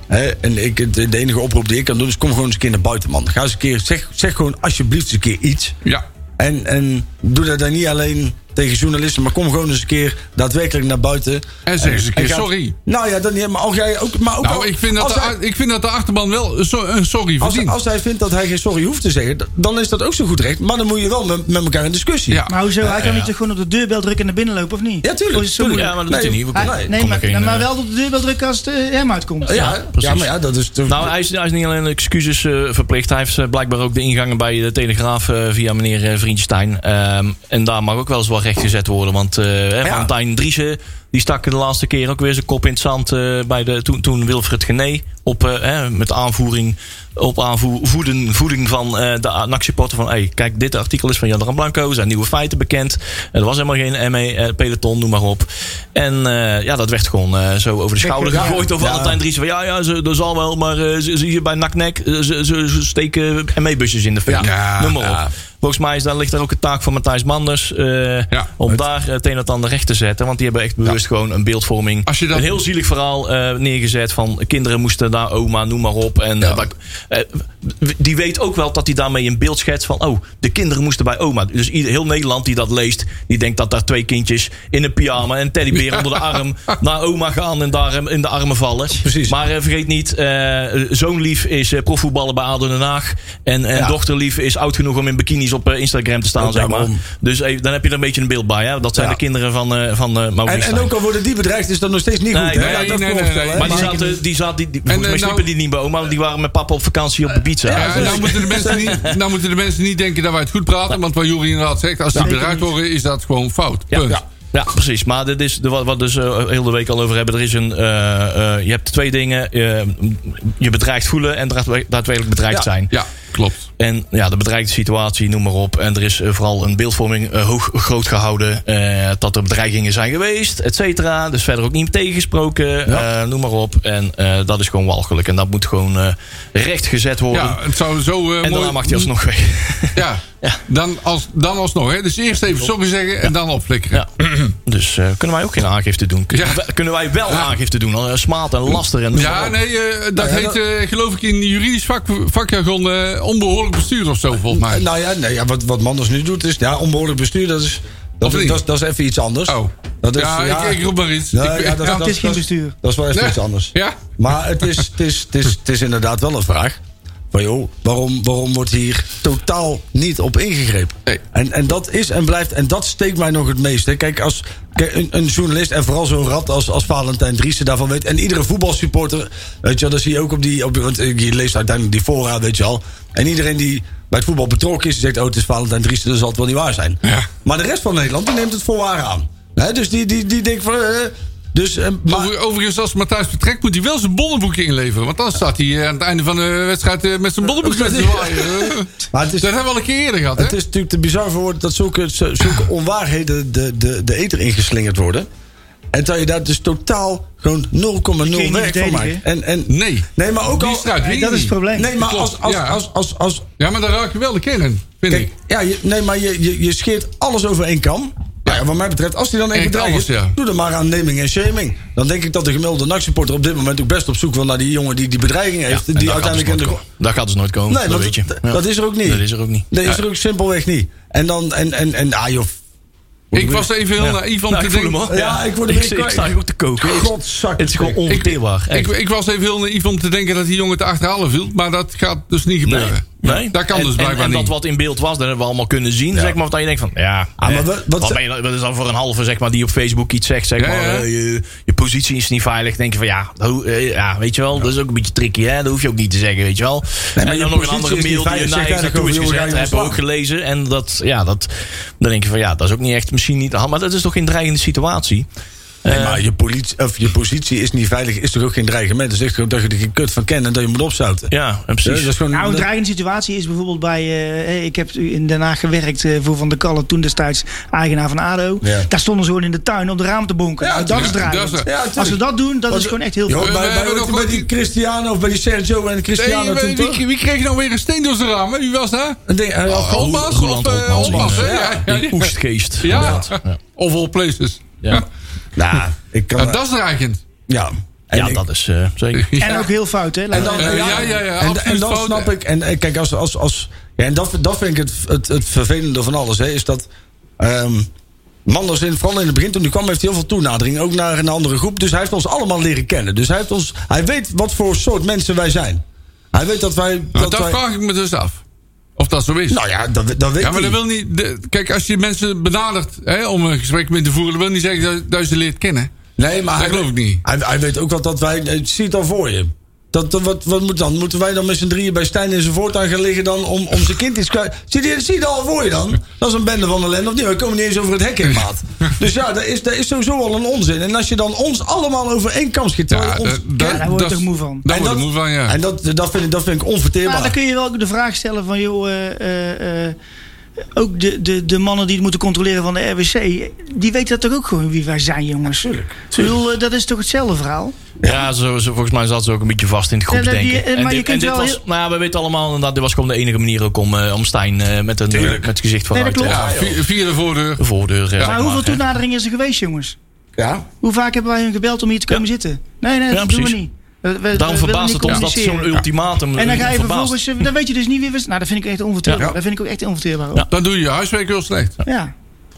S4: Hè, en ik, de, de enige oproep die ik kan doen is... kom gewoon eens een keer naar buiten, man. Ga eens een keer, zeg, zeg gewoon alsjeblieft eens een keer iets.
S6: Ja.
S4: En, en doe dat dan niet alleen tegen journalisten, maar kom gewoon eens een keer daadwerkelijk naar buiten.
S6: En zeg eens een keer
S4: ga-
S6: sorry.
S4: Nou ja, dan niet, maar als jij ook. Maar ook al-
S6: Nou, ik vind, dat
S4: als
S6: de,
S4: hij-
S6: a- ik vind dat de achterban wel een so- een sorry
S4: als,
S6: verdient.
S4: als hij vindt dat hij geen sorry hoeft te zeggen, d- dan is dat ook zo goed recht. Maar dan moet je wel met, met elkaar in discussie.
S6: Ja.
S7: Maar hoezo? Hij Nou, kan niet toch gewoon op de deurbel drukken en naar binnen lopen, of niet?
S4: Ja, tuurlijk.
S7: Of is het zo
S4: tuurlijk.
S5: Ja, maar dat doet hij niet. We
S7: Hij-
S5: komen-
S7: nee,
S5: komen
S7: maar,
S5: geen,
S7: maar
S5: eh,
S7: wel op de deurbel drukken als het eh, hem uitkomt.
S4: Ja,
S5: Ja,
S4: ja,
S5: precies.
S4: maar ja, dat is. te-
S5: Nou, hij is, hij is niet alleen excuses eh, verplicht. Hij heeft eh, blijkbaar ook de ingangen bij de Telegraaf eh, via meneer eh, Vriendje Stijn. Ehm, en daar mag ook wel eens wel recht gezet worden. Want eh hè,
S4: Ja.
S5: Valentijn Driessen, die stak de laatste keer ook weer zijn kop in het zand. eh, bij de, toen, toen Wilfred Gené op, eh, hè, met aanvoering, op aanvoeding voeding van eh, de NAC-supporter. Van hey, kijk, dit artikel is van Jan Blanco. Er zijn nieuwe feiten bekend. Er was helemaal geen ME-peloton, noem maar op. En eh, ja, dat werd gewoon eh, zo over de schouder
S7: Weggegooid.
S5: gegooid. Of
S4: Ja.
S5: Valentijn Dries van ja, ja, ze, dat zal wel, maar eh, ze, ze hier bij Naknek, eh, ze, ze, ze steken ME-busjes in de fik.
S6: Ja.
S5: Noem maar op.
S6: Ja.
S5: Volgens mij is daar, ligt daar ook een taak van Matthijs Manders. eh, Om daar het een en het ander recht te zetten. Want die hebben echt bewust gewoon een beeldvorming.
S6: Als je dat-
S5: Een heel zielig verhaal eh, neergezet. Van kinderen moesten daar oma, noem maar op. En eh, bij- eh, die weet ook wel dat hij daarmee een beeld schetst van. Oh, de kinderen moesten bij oma. Dus ieder, heel Nederland die dat leest. Die denkt dat daar twee kindjes in een pyjama en een teddybeer onder de arm. naar oma gaan en daar hem in de armen vallen.
S4: Precies.
S5: Maar eh, vergeet niet, eh, zoon lief is eh, profvoetballer bij ADO Den Haag. En, en dochter lief is oud genoeg om in bikinis op eh, Instagram te staan,
S4: Ook
S5: zeg maar.
S4: daarom.
S5: Dus eh, dan heb je er een beetje een beeld bij. Hè? Dat zijn
S4: Ja.
S5: de kinderen van, eh van eh Maurice
S4: en, en
S5: Stijn.
S4: ook al worden die bedreigd, is dat nog steeds niet
S5: Nee,
S4: goed.
S5: nee,
S4: hè? Laat
S6: nee,
S4: dat
S6: nee,
S4: vooropstellen,
S6: nee,
S4: hè?
S6: nee.
S5: maar die
S4: Eh, Maar-
S5: zaten, die zaten, die, volgens mij
S6: eh, nou-
S5: sliepen die niet bij oma, want die waren met papa op vakantie op de pizza. Dus-
S6: Ja, nou, moeten de mensen niet, nou moeten de mensen niet denken dat wij het goed praten. Want wat Jurie inderdaad zegt, als die eruit horen, is dat gewoon fout.
S5: Ja,
S6: Punt.
S5: ja. Ja, precies. Maar dit is de, wat we dus eh, heel de week al over hebben. Er is een, eh, eh, je hebt twee dingen. Eh, je bedreigd voelen en daadwer- daadwerkelijk bedreigd
S4: Ja.
S5: zijn.
S6: Ja, klopt.
S5: En ja, de bedreigde situatie, noem maar op. En er is eh, vooral een beeldvorming eh, hoog groot gehouden. eh, dat er bedreigingen zijn geweest, et cetera. Dus verder ook niet tegengesproken, eh, noem maar op. En eh, dat is gewoon walgelijk. En dat moet gewoon eh, rechtgezet worden.
S6: Ja, het zou zo eh
S5: en daarna
S6: mooi...
S5: mag hij alsnog weg.
S6: Ja, dan, als, dan alsnog. Hè. Dus eerst even sorry zeggen en dan opflikkeren.
S5: Ja. Dus eh, kunnen wij ook geen aangifte doen? Kunnen,
S6: Ja.
S5: wij- kunnen wij wel
S6: Ja.
S5: aangifte doen? Eh, Smaad en laster en noem maar
S6: Ja,
S5: op.
S6: nee, eh, dat heet eh, geloof ik in juridisch vak, vakjargon eh, onbehoorlijk bestuur of zo volgens mij.
S4: Nou ja, nee, ja wat, wat Manders nu doet is... Ja, onbehoorlijk bestuur, dat is, dat,
S6: Of niet?
S4: dat, is- dat is even iets anders.
S6: Oh.
S4: Dat is,
S6: ja, Ik, ik roep maar iets.
S4: Nee,
S6: Ik-
S4: ja, dat,
S7: ja,
S4: dat-
S7: Nou, het is geen
S4: dat-
S7: bestuur.
S4: Dat is wel even
S6: Ja.
S4: iets anders.
S6: Ja.
S4: Maar het is, het, is, het, is, het is inderdaad wel een vraag. Van joh, waarom, waarom wordt hier totaal niet op ingegrepen?
S6: Nee.
S4: En, en dat is en blijft, en dat steekt mij nog het meest. hè. Kijk, als kijk, een, een journalist en vooral zo'n rat als, als Valentijn Driessen daarvan weet. En iedere voetbalsupporter, weet je wel, dat zie je ook op die. Op, die- want eh, je leest uiteindelijk die fora, weet je al. En iedereen die bij het voetbal betrokken is, die zegt: Oh, het is Valentijn Driessen, dus zal het wel niet waar zijn. Maar de rest van Nederland, die neemt het voor waar aan. Hè, dus die, die, die denkt van. eh, dus, eh, maar,
S6: Over- overigens, als Matthijs vertrekt, moet hij wel zijn bonnenboek inleveren. Want dan staat hij eh, aan het einde van de wedstrijd eh, met zijn bonnenboek te zwaaien.
S4: Maar het is-
S6: dat hebben we al een keer eerder gehad, hè?
S4: Het is natuurlijk te bizar voor woorden dat zulke, zo- zulke onwaarheden de, de, de eter ingeslingerd worden. En dat je daar dus totaal gewoon 0,0
S7: kun je niet
S4: werk van
S7: verdedigen.
S4: maakt. En, en,
S6: Nee.
S4: Nee, maar ook
S6: Die
S4: al...
S6: straat
S7: Nee,
S6: weet
S7: dat
S6: je
S7: is het
S6: niet.
S7: probleem.
S4: Nee, maar
S6: Klopt,
S4: als... als,
S6: ja.
S4: als, als, als
S6: Ja, maar daar raak je wel de kern,
S4: kijk,
S6: vind ik.
S4: ja, je, nee, maar je, je, je scheert alles over één kam. Nou ja, wat mij betreft, als die dan één
S6: Echt
S4: bedrijf
S6: alles,
S4: is,
S6: ja.
S4: doe er maar aan naming en shaming. Dan denk ik dat de gemiddelde NAC-supporter op dit moment ook best op zoek wil naar die jongen die die bedreiging
S5: Ja,
S4: heeft.
S5: en
S4: die
S5: dat gaat dus
S4: uiteindelijk in
S5: nooit
S4: de,
S5: komen. Dat gaat dus nooit komen,
S4: Nee,
S5: dat
S4: want
S5: weet je.
S4: d-
S5: Ja.
S4: dat is er ook niet.
S5: Dat is er ook niet.
S4: Nee, is er ook simpelweg niet. En dan, en, en, en ah joh.
S6: Ik was even heel naïef om
S5: Nou,
S6: te
S5: ik voel hem
S6: denken...
S5: hoor.
S4: Ja, ik word er
S5: ik,
S4: weer
S5: ik
S4: kwijt.
S5: sta hier ook te koken.
S4: Godzakker.
S5: Het is gewoon
S6: Ik,
S5: onverteerbaar.
S6: ik,
S5: echt.
S6: ik was even heel naïef om te denken dat die jongen te achterhalen viel. Maar dat gaat dus niet gebeuren.
S5: Nee.
S6: Dat kan
S5: en,
S6: dus
S5: en-
S6: blijkbaar
S5: en,
S6: niet.
S5: dat wat in beeld was, dat hebben we allemaal kunnen zien. Zeg maar, dat je denkt van, ja.
S4: Ah,
S5: hè,
S4: maar wat- wat-
S5: ben je- nou? dat is dan voor een halve zeg maar, die op Facebook iets zegt. Zeg
S6: Ja,
S5: maar,
S6: ja.
S5: eh, je, je positie is niet veilig. denk je van, ja, dat hoe- eh, ja weet je wel. Dat is ook een beetje tricky. Hè? Dat hoef je ook niet te zeggen, weet je wel.
S4: maar
S5: en
S4: je
S5: dan nog een
S4: positie
S5: andere
S4: is niet
S5: mail die je
S4: veilig,
S5: naar
S4: zeg
S5: je
S4: daar
S5: toe
S4: dan
S5: is
S4: over, joh,
S5: gezet.
S4: ga je
S5: Hebben we ook gelezen. En dat, ja, dat, dan denk je van, ja, dat is ook niet echt, misschien niet. de hand, Maar dat is toch geen dreigende situatie.
S4: Nee, maar je, politie, of je positie is niet veilig, is toch ook geen dreigement. Dus echt dat je er geen kut van kent en dat je moet opzouten.
S5: Ja, en
S4: Ja, dus
S5: precies.
S4: dat is gewoon,
S7: Nou, een
S4: dat-
S7: dreigende situatie is bijvoorbeeld bij. eh, ik heb in Den Haag gewerkt eh, voor Van der Kallen, toen destijds eigenaar van ADO.
S4: Ja.
S7: Daar stonden ze gewoon in de tuin op de ramen te bonken.
S4: Ja,
S7: Nou, dat is
S6: tuurlijk.
S7: dreigend.
S6: Dat is-
S4: ja, tuurlijk.
S7: Als we dat doen, dat
S4: Wat-
S7: is gewoon echt heel
S4: Je hoort
S7: veel.
S6: we
S4: bij, bij,
S6: hebben nog
S4: bij
S6: wat-
S4: die Cristiano of bij die Sergio en Cristiano
S6: Hey,
S4: toen
S6: eh, wie,
S4: toch?
S6: wie, wie kreeg nou weer een steen door zijn ramen? Wie was dat?
S4: Een ding- eh,
S6: Oh,
S4: Holtman?
S6: Holtmans
S5: Roland
S6: of, eh,
S5: Holtmans,
S6: Holtmans,
S5: die,
S6: hè?
S5: eh,
S6: Ja, ja,
S5: Die
S6: ja.
S5: oestgeest.
S6: Ja,
S5: inderdaad. Ja.
S6: of all places.
S5: Ja.
S4: Nou, ik kan...
S6: Ja, dat is dreigend.
S4: ja. En
S5: Ja,
S4: ik-
S5: dat is eh, zeker.
S7: En ook heel fout, hè?
S4: En dan,
S6: Ja, Eh, ja, ja, ja,
S4: en,
S6: absoluut
S4: en dan
S6: fout.
S4: snap ik. En eh, kijk, als. als, als ja, en dat, dat vind ik het, het, het vervelende van alles. Hè, is dat Ehm Manders, in, vooral in het begin, toen hij kwam, heeft hij heel veel toenadering. Ook naar een andere groep. Dus hij heeft ons allemaal leren kennen. Dus hij, heeft ons, hij weet wat voor soort mensen wij zijn. Hij weet dat wij...
S6: Nou, Dat, dat
S4: wij-
S6: vraag ik me dus af. Of dat zo is.
S4: Nou ja, dat, dat weet
S6: ja, maar
S4: ik
S6: dat
S4: niet.
S6: wil niet. de- kijk, als je mensen benadert hè, om een gesprek mee te voeren, dat wil niet zeggen dat, dat je ze leert kennen.
S4: Nee, maar hij
S6: Dat geloof
S4: weet-
S6: ik niet.
S4: Hij, hij weet ook wat dat wij. eh, Zie het al voor je. Dat, dat- wat, wat moet dan? Moeten wij dan met z'n drieën bij Stijn in zijn voortuin gaan liggen dan om, om zijn kind iets kwijt? Zie je zie je dat al voor je dan? Dat is een bende van de ellende. Of niet? We komen niet eens over het hek heen, maat. Dus ja, dat is, dat is sowieso al een onzin. En als je dan ons allemaal over één kam schiet. terwijl
S6: Ja,
S4: je ons
S6: dat-
S4: kent-
S7: daar word je
S6: dat-
S7: toch moe van?
S6: Daar
S4: en
S6: word ik moe van, ja.
S4: En dat, dat, vind ik, dat vind ik onverteerbaar.
S7: Maar dan kun je wel ook de vraag stellen van, joh, eh, eh, eh, ook de, de, de mannen die het moeten controleren van de RWC, die weten dat toch ook gewoon wie wij zijn, jongens. Natuurlijk. Ik bedoel, eh, dat is toch hetzelfde verhaal?
S5: Ja, zo, zo- volgens mij zat ze ook een beetje vast in het groep
S7: Ja, dat die-
S5: denken.
S7: eh, maar je
S5: dit,
S7: kunt
S5: dit
S7: wel
S5: was,
S7: heel-
S5: nou, ja, we weten allemaal inderdaad, dit was gewoon de enige manier ook om, eh, om Stijn eh, met, een, met het gezicht
S7: Nee,
S5: vooruit
S7: dat
S5: eh,
S7: klopt.
S6: Ja, vi- vierde voordeur.
S5: de voordeur. eh,
S7: maar
S5: zeg
S7: hoeveel
S5: hè.
S7: toenadering is er geweest, jongens?
S4: ja?
S7: Hoe vaak hebben wij hun gebeld om hier te komen zitten? Nee, nee, dat doen we
S5: precies.
S7: niet. We- we- we willen
S5: Daarom verbaast
S7: niet
S5: het ons dat zo'n
S7: communiceren.
S5: ultimatum.
S7: En dan ga je
S5: verbaast.
S7: vervolgens, eh, dan weet je dus niet wie we Nou, dat vind ik echt onverteerbaar.
S5: Ja.
S7: Dat vind ik ook echt onverteerbaar. hoor.
S6: Dan doe je je huiswerk heel slecht.
S7: Ja.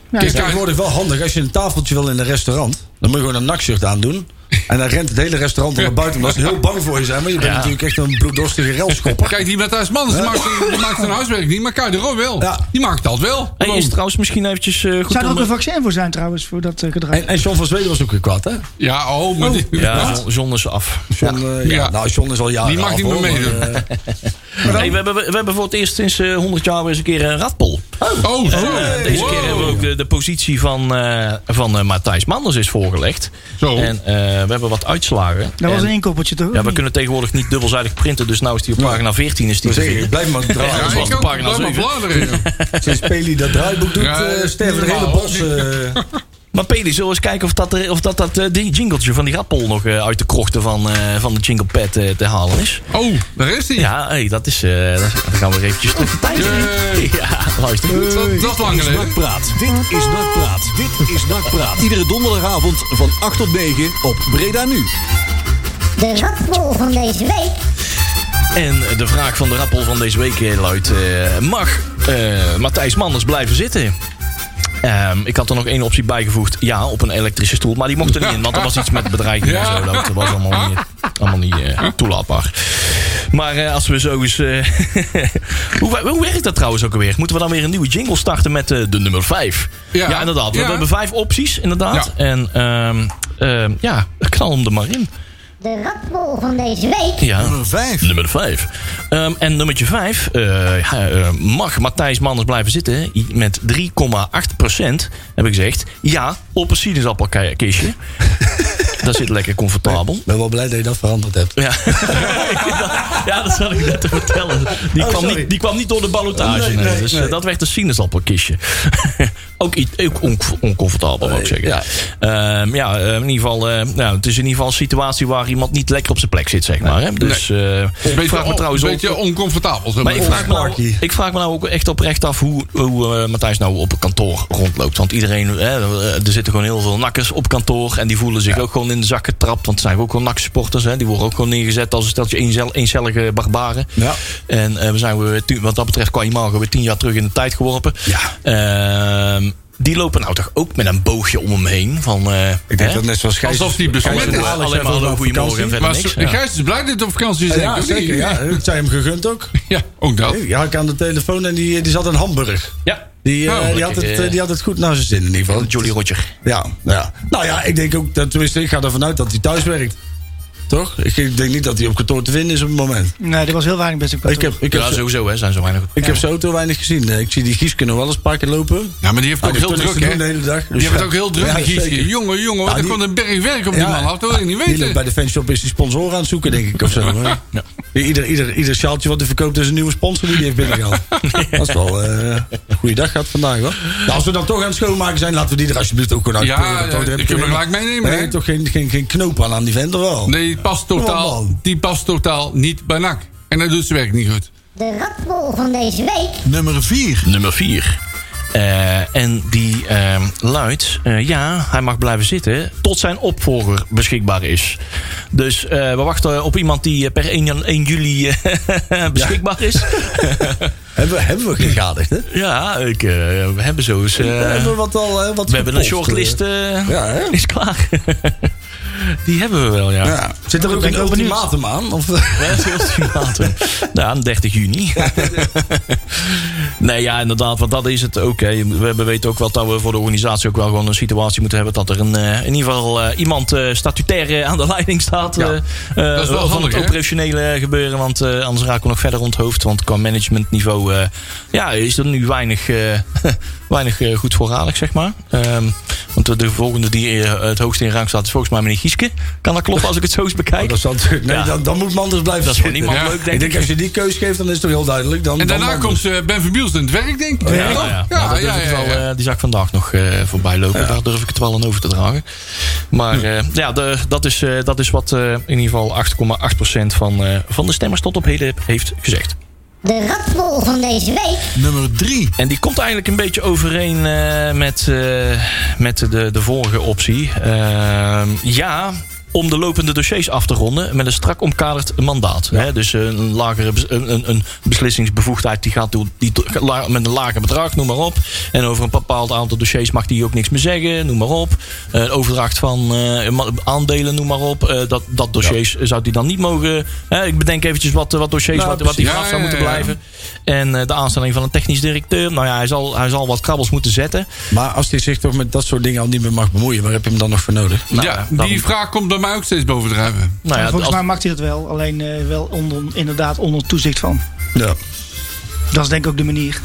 S4: Het is
S6: Kijk,
S4: tegenwoordig wel handig als je een tafeltje wil in een restaurant. Dan moet je gewoon een nakshirt aandoen. En dan rent het hele restaurant naar buiten. Omdat ze heel bang voor je zijn. Maar je bent
S5: Ja.
S4: natuurlijk echt een bloeddorstige relschopper.
S6: Kijk, die Matthijs Manders die maakt, zijn- die maakt zijn huiswerk niet, maar Kai de Roy wel.
S4: Ja.
S6: Die maakt dat wel.
S5: Hey,
S6: Gewoon.
S5: is trouwens misschien eventjes eh, goed
S7: Zou er
S5: om...
S7: ook een vaccin voor zijn trouwens, voor dat eh, gedrag?
S4: En, en John van Zweden was ook weer kwaad, hè?
S6: Ja, oh, maar die,
S5: ja, John- John is af.
S4: John, eh, ja.
S6: Ja.
S4: Nou, John is al jaren
S6: Die mag
S4: af,
S6: niet meer
S4: hoor,
S6: meedoen.
S4: maar, eh,
S5: Hey, we, hebben, we hebben voor het eerst sinds eh, 100 jaar weer eens een keer een radpol.
S6: Oh, zo.
S5: Eh, deze keer
S6: Wow.
S5: hebben we ook de, de positie van, eh, van eh, Matthijs Manders is voorgelegd.
S6: Zo.
S5: En eh, we hebben wat uitslagen.
S7: Dat was
S5: En-
S7: een inkoppertje toch?
S5: Ja, we kunnen tegenwoordig niet dubbelzijdig printen, dus nou is die op pagina 14 is die
S4: ik
S5: te
S4: zeg je,
S5: vinden.
S4: blijf maar
S6: Ja,
S4: draaien.
S5: dat was
S6: ik
S5: de
S6: ook.
S5: pagina
S6: Blijf maar
S5: zeven.
S6: bladeren, joh.
S4: Sinds Peli dat draaiboek doet,
S6: Ja,
S4: eh,
S6: dat is
S4: sterven de
S6: niet
S4: hele
S6: normaal,
S4: bos. eh.
S5: Maar Peli, zullen we eens kijken of dat, er- of dat, dat eh, die jingletje van die radpol nog eh, uit de krochten van, eh, van de jinglepad eh, te halen is.
S6: Oh, daar is hij.
S5: Ja, hey, dat is. eh, dat- dan gaan we weer eventjes terug de tijd in.
S6: Yay.
S5: Ja, luister.
S6: Dat, dat is lang
S2: Dit is
S6: geleden.
S2: Nakpraat. Dit is Nakpraat. Dit is Nakpraat.
S3: Iedere donderdagavond van 8 tot 9 op Breda Nu.
S8: De ratbol van deze week.
S5: En de vraag van de rappel van deze week eh, luidt: eh, mag eh, Matthijs Manders blijven zitten? Ehm, ik had er nog één optie bijgevoegd. Ja, op een elektrische stoel. Maar die mocht er niet in. Want er was iets met bedreiging
S6: Ja.
S5: en zo. Dat was allemaal niet, allemaal niet eh, toelaatbaar. Maar eh, als we zo eens... eh, hoe, hoe werkt dat trouwens ook alweer? Moeten we dan weer een nieuwe jingle starten met eh, de nummer 5? Ja,
S6: Ja.
S5: inderdaad. We,
S6: Ja.
S5: hebben vijf opties, inderdaad. En ehm, ehm, ja, knal hem er maar in.
S8: De ratbol van deze week.
S5: Ja.
S3: Nummer 5.
S5: Nummer 5. en nummertje 5. eh, mag Matthijs Manders blijven zitten? I- Met 3,8 heb ik gezegd. Ja, op een sinaasappelkistje. dat zit lekker comfortabel.
S4: Ik ben wel blij dat je dat veranderd hebt.
S5: Ja. ja, dat zat ik net te vertellen. Die,
S4: Oh,
S5: kwam,
S4: sorry.
S5: niet, die kwam niet door de ballotage.
S4: Nee,
S5: nee.
S4: nee,
S5: dus eh,
S4: nee.
S5: dat werd een sinaasappelkistje. ook, iets- ook on- oncomfortabel, wou ik zeggen.
S4: ja.
S5: Ja, ja eh, in ieder geval, eh, nou, het is in ieder geval een situatie waar iemand niet lekker op zijn plek zit, zeg maar. Hè? Dus eh,
S6: Een
S5: ik vraag me
S6: beetje,
S5: trouwens
S6: een
S5: ook-
S6: beetje oncomfortabel. zeg
S5: maar ik vraag, me nou,
S4: Clarkie.
S5: ik vraag me nou ook echt oprecht af hoe, hoe eh, Matthijs nou op het kantoor rondloopt. Want iedereen, hè, er zitten gewoon heel veel nakkers op kantoor. En die voelen zich ook gewoon in de zak getrapt. Want het zijn ook gewoon naksporters. Hè. Die worden ook gewoon neergezet als een steltje eenzel, eencellige barbaren.
S4: Ja.
S5: En eh, we zijn weer, tien- wat dat betreft qua imago weer tien jaar terug in de tijd geworpen.
S4: Ja.
S5: Ehm, die lopen nou toch ook met een boogje om hem heen. Van, eh,
S4: Ik denk
S5: hè?
S4: dat net zoals Gijs...
S6: Alsof die besmet
S4: Gijs en
S6: is.
S4: Alex
S5: Alleen
S4: zijn
S5: maar hallo,
S4: vandaag op
S5: goedemorgen en
S4: vakantie.
S5: verder
S6: Maar
S5: niks.
S6: zo- Gijs is blij dat hij op vakantie is. denk
S4: Ja,
S6: ik, of
S4: zeker.
S6: niet?
S4: Ja. Het zijn hem gegund ook.
S6: Ja, ook dat.
S4: Ja, ik aan de telefoon en die, die zat in Hamburg.
S5: Ja.
S4: Die, eh,
S5: Oh,
S4: die,
S5: lekker,
S4: had het,
S5: eh.
S4: eh, die had het goed naar zijn zin in ieder geval.
S5: Jolly Roger.
S4: Ja, ja. Nou ja, ik denk ook, dat, tenminste, ik ga ervan uit dat hij thuis werkt. Toch? Ik denk niet dat hij op kantoor te vinden is op het moment.
S7: Nee, dat was heel weinig best op
S4: Ik heb,
S7: kantoor.
S4: ik heb,
S5: Ja,
S4: zo,
S5: sowieso hè, zijn zo weinig.
S4: ik heb zijn auto weinig gezien. Eh, Ik zie die Gies kunnen wel eens een paar keer lopen.
S6: Ja, maar die heeft
S4: Hij
S6: ook
S4: heeft
S6: heel
S4: toch niks te
S6: druk, hè?
S4: doen de hele dag.
S6: Die
S4: Dus
S6: hebben het
S4: ja.
S6: ook heel druk,
S4: Ja,
S6: die Giesje.
S4: zeker.
S6: Jongen, jongen,
S4: Ja,
S6: er
S4: die-
S6: komt een berg werk op die man af. Dat wil je niet
S4: die loopt bij
S6: weten.
S4: de fanshop is die sponsoren aan het zoeken, denk ik, of zo. hè? Ieder, ieder, ieder sjaaltje wat hij verkoopt is een nieuwe sponsor die hij heeft binnengehaald. Dat is wel eh een goede dag gehad vandaag, hoor. Nou, als we dan toch aan het schoonmaken zijn, laten we die er alsjeblieft ook gewoon uit.
S6: Ja,
S4: pleuren, want
S6: ja,
S4: dan heb
S6: die kunnen we
S4: er-
S6: gelijk meenemen,
S4: Nee,
S6: hè?
S4: toch geen, geen, geen knoop aan aan die vent, of wel?
S6: Nee, die past
S4: Oh,
S6: totaal,
S4: man.
S6: die past totaal niet bij NAC. En dat doet zijn werk niet goed.
S8: De ratbol van deze week.
S3: Nummer 4.
S5: Nummer 4. Eh, en die ehm, luidt, eh, ja, hij mag blijven zitten tot zijn opvolger beschikbaar is. Dus eh, we wachten op iemand die eh, per 1, jan- 1 juli eh, beschikbaar is.
S4: Hebben, we- hebben we gegadigd, hè?
S5: Ja, ik, eh, we hebben zo eens... eh,
S4: hebben we wat al, eh, wat
S5: we hebben een
S4: gepolst,
S5: shortlist,
S4: eh.
S5: eh,
S4: Ja, hè?
S5: is klaar. die hebben we wel, ja.
S4: Ja. Zit er ook
S7: ben
S4: een
S7: ik ook benieuwd.
S4: ultimatum aan? Of, eh?
S5: Ja, het is heel ultimatum. Nou, aan 30 juni. nee, ja, inderdaad, want dat is het ook. hè. We we weten ook wel dat we voor de organisatie ook wel gewoon een situatie moeten hebben... dat er een, eh, in ieder geval eh, iemand eh, statutair eh, aan de leiding staat... eh, eh,
S6: Dat is wel
S5: van
S6: handig,
S5: het
S6: hè?
S5: operationele gebeuren. Want eh, anders raken we nog verder rond het hoofd. Want qua managementniveau eh, ja, is er nu weinig, eh, weinig eh, goed voorradig, zeg maar. Ehm, want de volgende die eh, het hoogst in rang staat is volgens mij meneer Gieske. Kan dat kloppen als ik het zo eens
S6: Oh,
S5: bekijk?
S4: Oh, Dat zal natuurlijk, nee,
S5: Ja.
S4: dan, dan moet Manders blijven
S5: Dat is voor
S4: zitten.
S5: niemand
S6: Ja.
S5: leuk, denk
S4: Ik denk, als je die keus geeft, dan is het toch heel duidelijk. Dan, dan
S6: En daarna
S4: Manders.
S6: komt eh, Ben Verbiels in het werk, denk ik.
S5: Ja, nou ja, nou, dat
S6: ja,
S5: durf ik wel,
S6: ja, ja.
S5: eh, die zag ik vandaag nog eh, voorbij lopen. Daar durf ik het wel aan over te dragen. Maar eh, ja, de, dat, is, eh, dat is wat eh, in ieder geval 8,8% van, eh, van de stemmers tot op heden heeft gezegd.
S8: De ratbol van
S4: dus.
S8: deze week.
S2: Nummer 3.
S5: En die komt eigenlijk een beetje overeen eh, met, eh, met de, de vorige optie. Ehm, ja, om de lopende dossiers af te ronden met een strak omkaderd mandaat. Hè? Dus een lagere bes- een, een- een beslissingsbevoegdheid die gaat door, die, do- la- met een lager bedrag, noem maar op. En over een bepaald aantal dossiers mag die ook niks meer zeggen, noem maar op. Eh, overdracht van eh, ma- aandelen, noem maar op. Eh, dat, dat dossiers zou die dan niet mogen. hè, ik bedenk eventjes wat, eh, wat dossiers
S6: Nou,
S5: wat, wat die
S6: precies.
S5: vanaf
S6: Ja,
S5: zou
S6: ja,
S5: moeten
S6: ja.
S5: blijven. En eh, de aanstelling van een technisch directeur. Nou ja, hij zal, hij zal wat krabbels moeten zetten.
S4: Maar als hij zich toch met dat soort dingen al niet meer mag bemoeien, waar heb je hem dan nog voor nodig?
S5: Nou,
S6: ja,
S5: dan-
S6: die vraag komt bij mij ook steeds bovendrijven.
S5: nou ja,
S7: volgens
S5: als-
S7: mij mag hij dat wel. Alleen eh, wel onder, inderdaad onder toezicht van.
S4: Ja.
S7: Dat is denk ik ook de manier.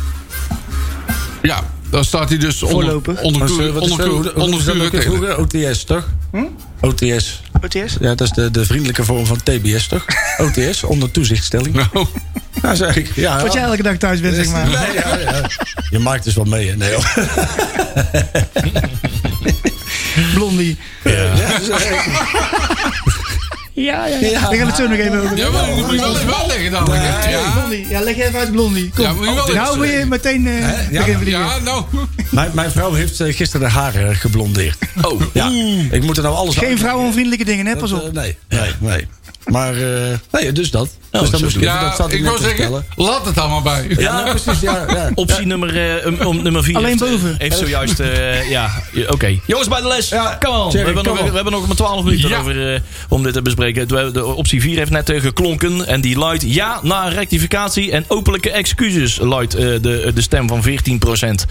S6: Ja, dan staat hij dus onder,
S7: Voorlopig.
S6: onder,
S4: Maar zo,
S6: onder,
S4: wat is
S6: onder,
S4: zo- hoe-
S6: onder,
S4: hoe is dat ook weer vroeger? OTS, toch?
S7: Hm?
S4: OTS.
S7: OTS?
S4: Ja, dat is de, de vriendelijke vorm van TBS, toch? OTS, onder toezichtstelling.
S6: Nou,
S4: Nou, zeg ik. Ja,
S7: Wat jij elke dag thuis bent, zeg maar.
S4: Nee, ja, ja. Je maakt dus wel mee, hè? Nee, joh.
S7: Blondie.
S4: Ja, dat is echt-
S7: Ja, ja, ja. We gaan het zo nog even over.
S6: ja, maar dat moet je wel eens wel leggen dan. Ja, ja,
S7: Blondie. Ja, leg even uit Blondie. Kom.
S6: Ja, moet je wel
S7: nou
S6: eens-
S7: wil je meteen eh beginnen verdienen.
S6: ja, nou.
S4: Mijn, mijn vrouw heeft eh, gisteren haar eh, geblondeerd.
S5: Oh.
S4: Ja. Ik moet er nou alles
S7: Geen vrouwenvriendelijke dingen, hè? Pas
S4: Dat,
S7: op.
S4: eh, nee, nee, nee. Maar, eh, nee, dus dat. dus
S6: Nou,
S5: zo
S4: dat moest ik even- dat
S6: Ja,
S4: zat
S6: ik
S4: net
S6: wil
S4: te
S6: zeggen,
S4: vertellen.
S6: laat het allemaal bij.
S4: Ja, nou, precies, ja. ja.
S5: Optie nummer, eh, um, om nummer 4.
S7: Alleen boven.
S5: Heeft zojuist. eh, ja, ja, oké. Jongens bij de les.
S4: Ja,
S5: come on.
S4: Jerry,
S5: we, hebben
S4: come
S5: nog,
S4: on.
S5: we hebben nog maar 12 minuten
S6: Ja.
S5: over, eh, om dit te bespreken. De, de optie 4 heeft net eh, geklonken. En die luidt ja na rectificatie en openlijke excuses. Luidt eh, de, de stem van 14%.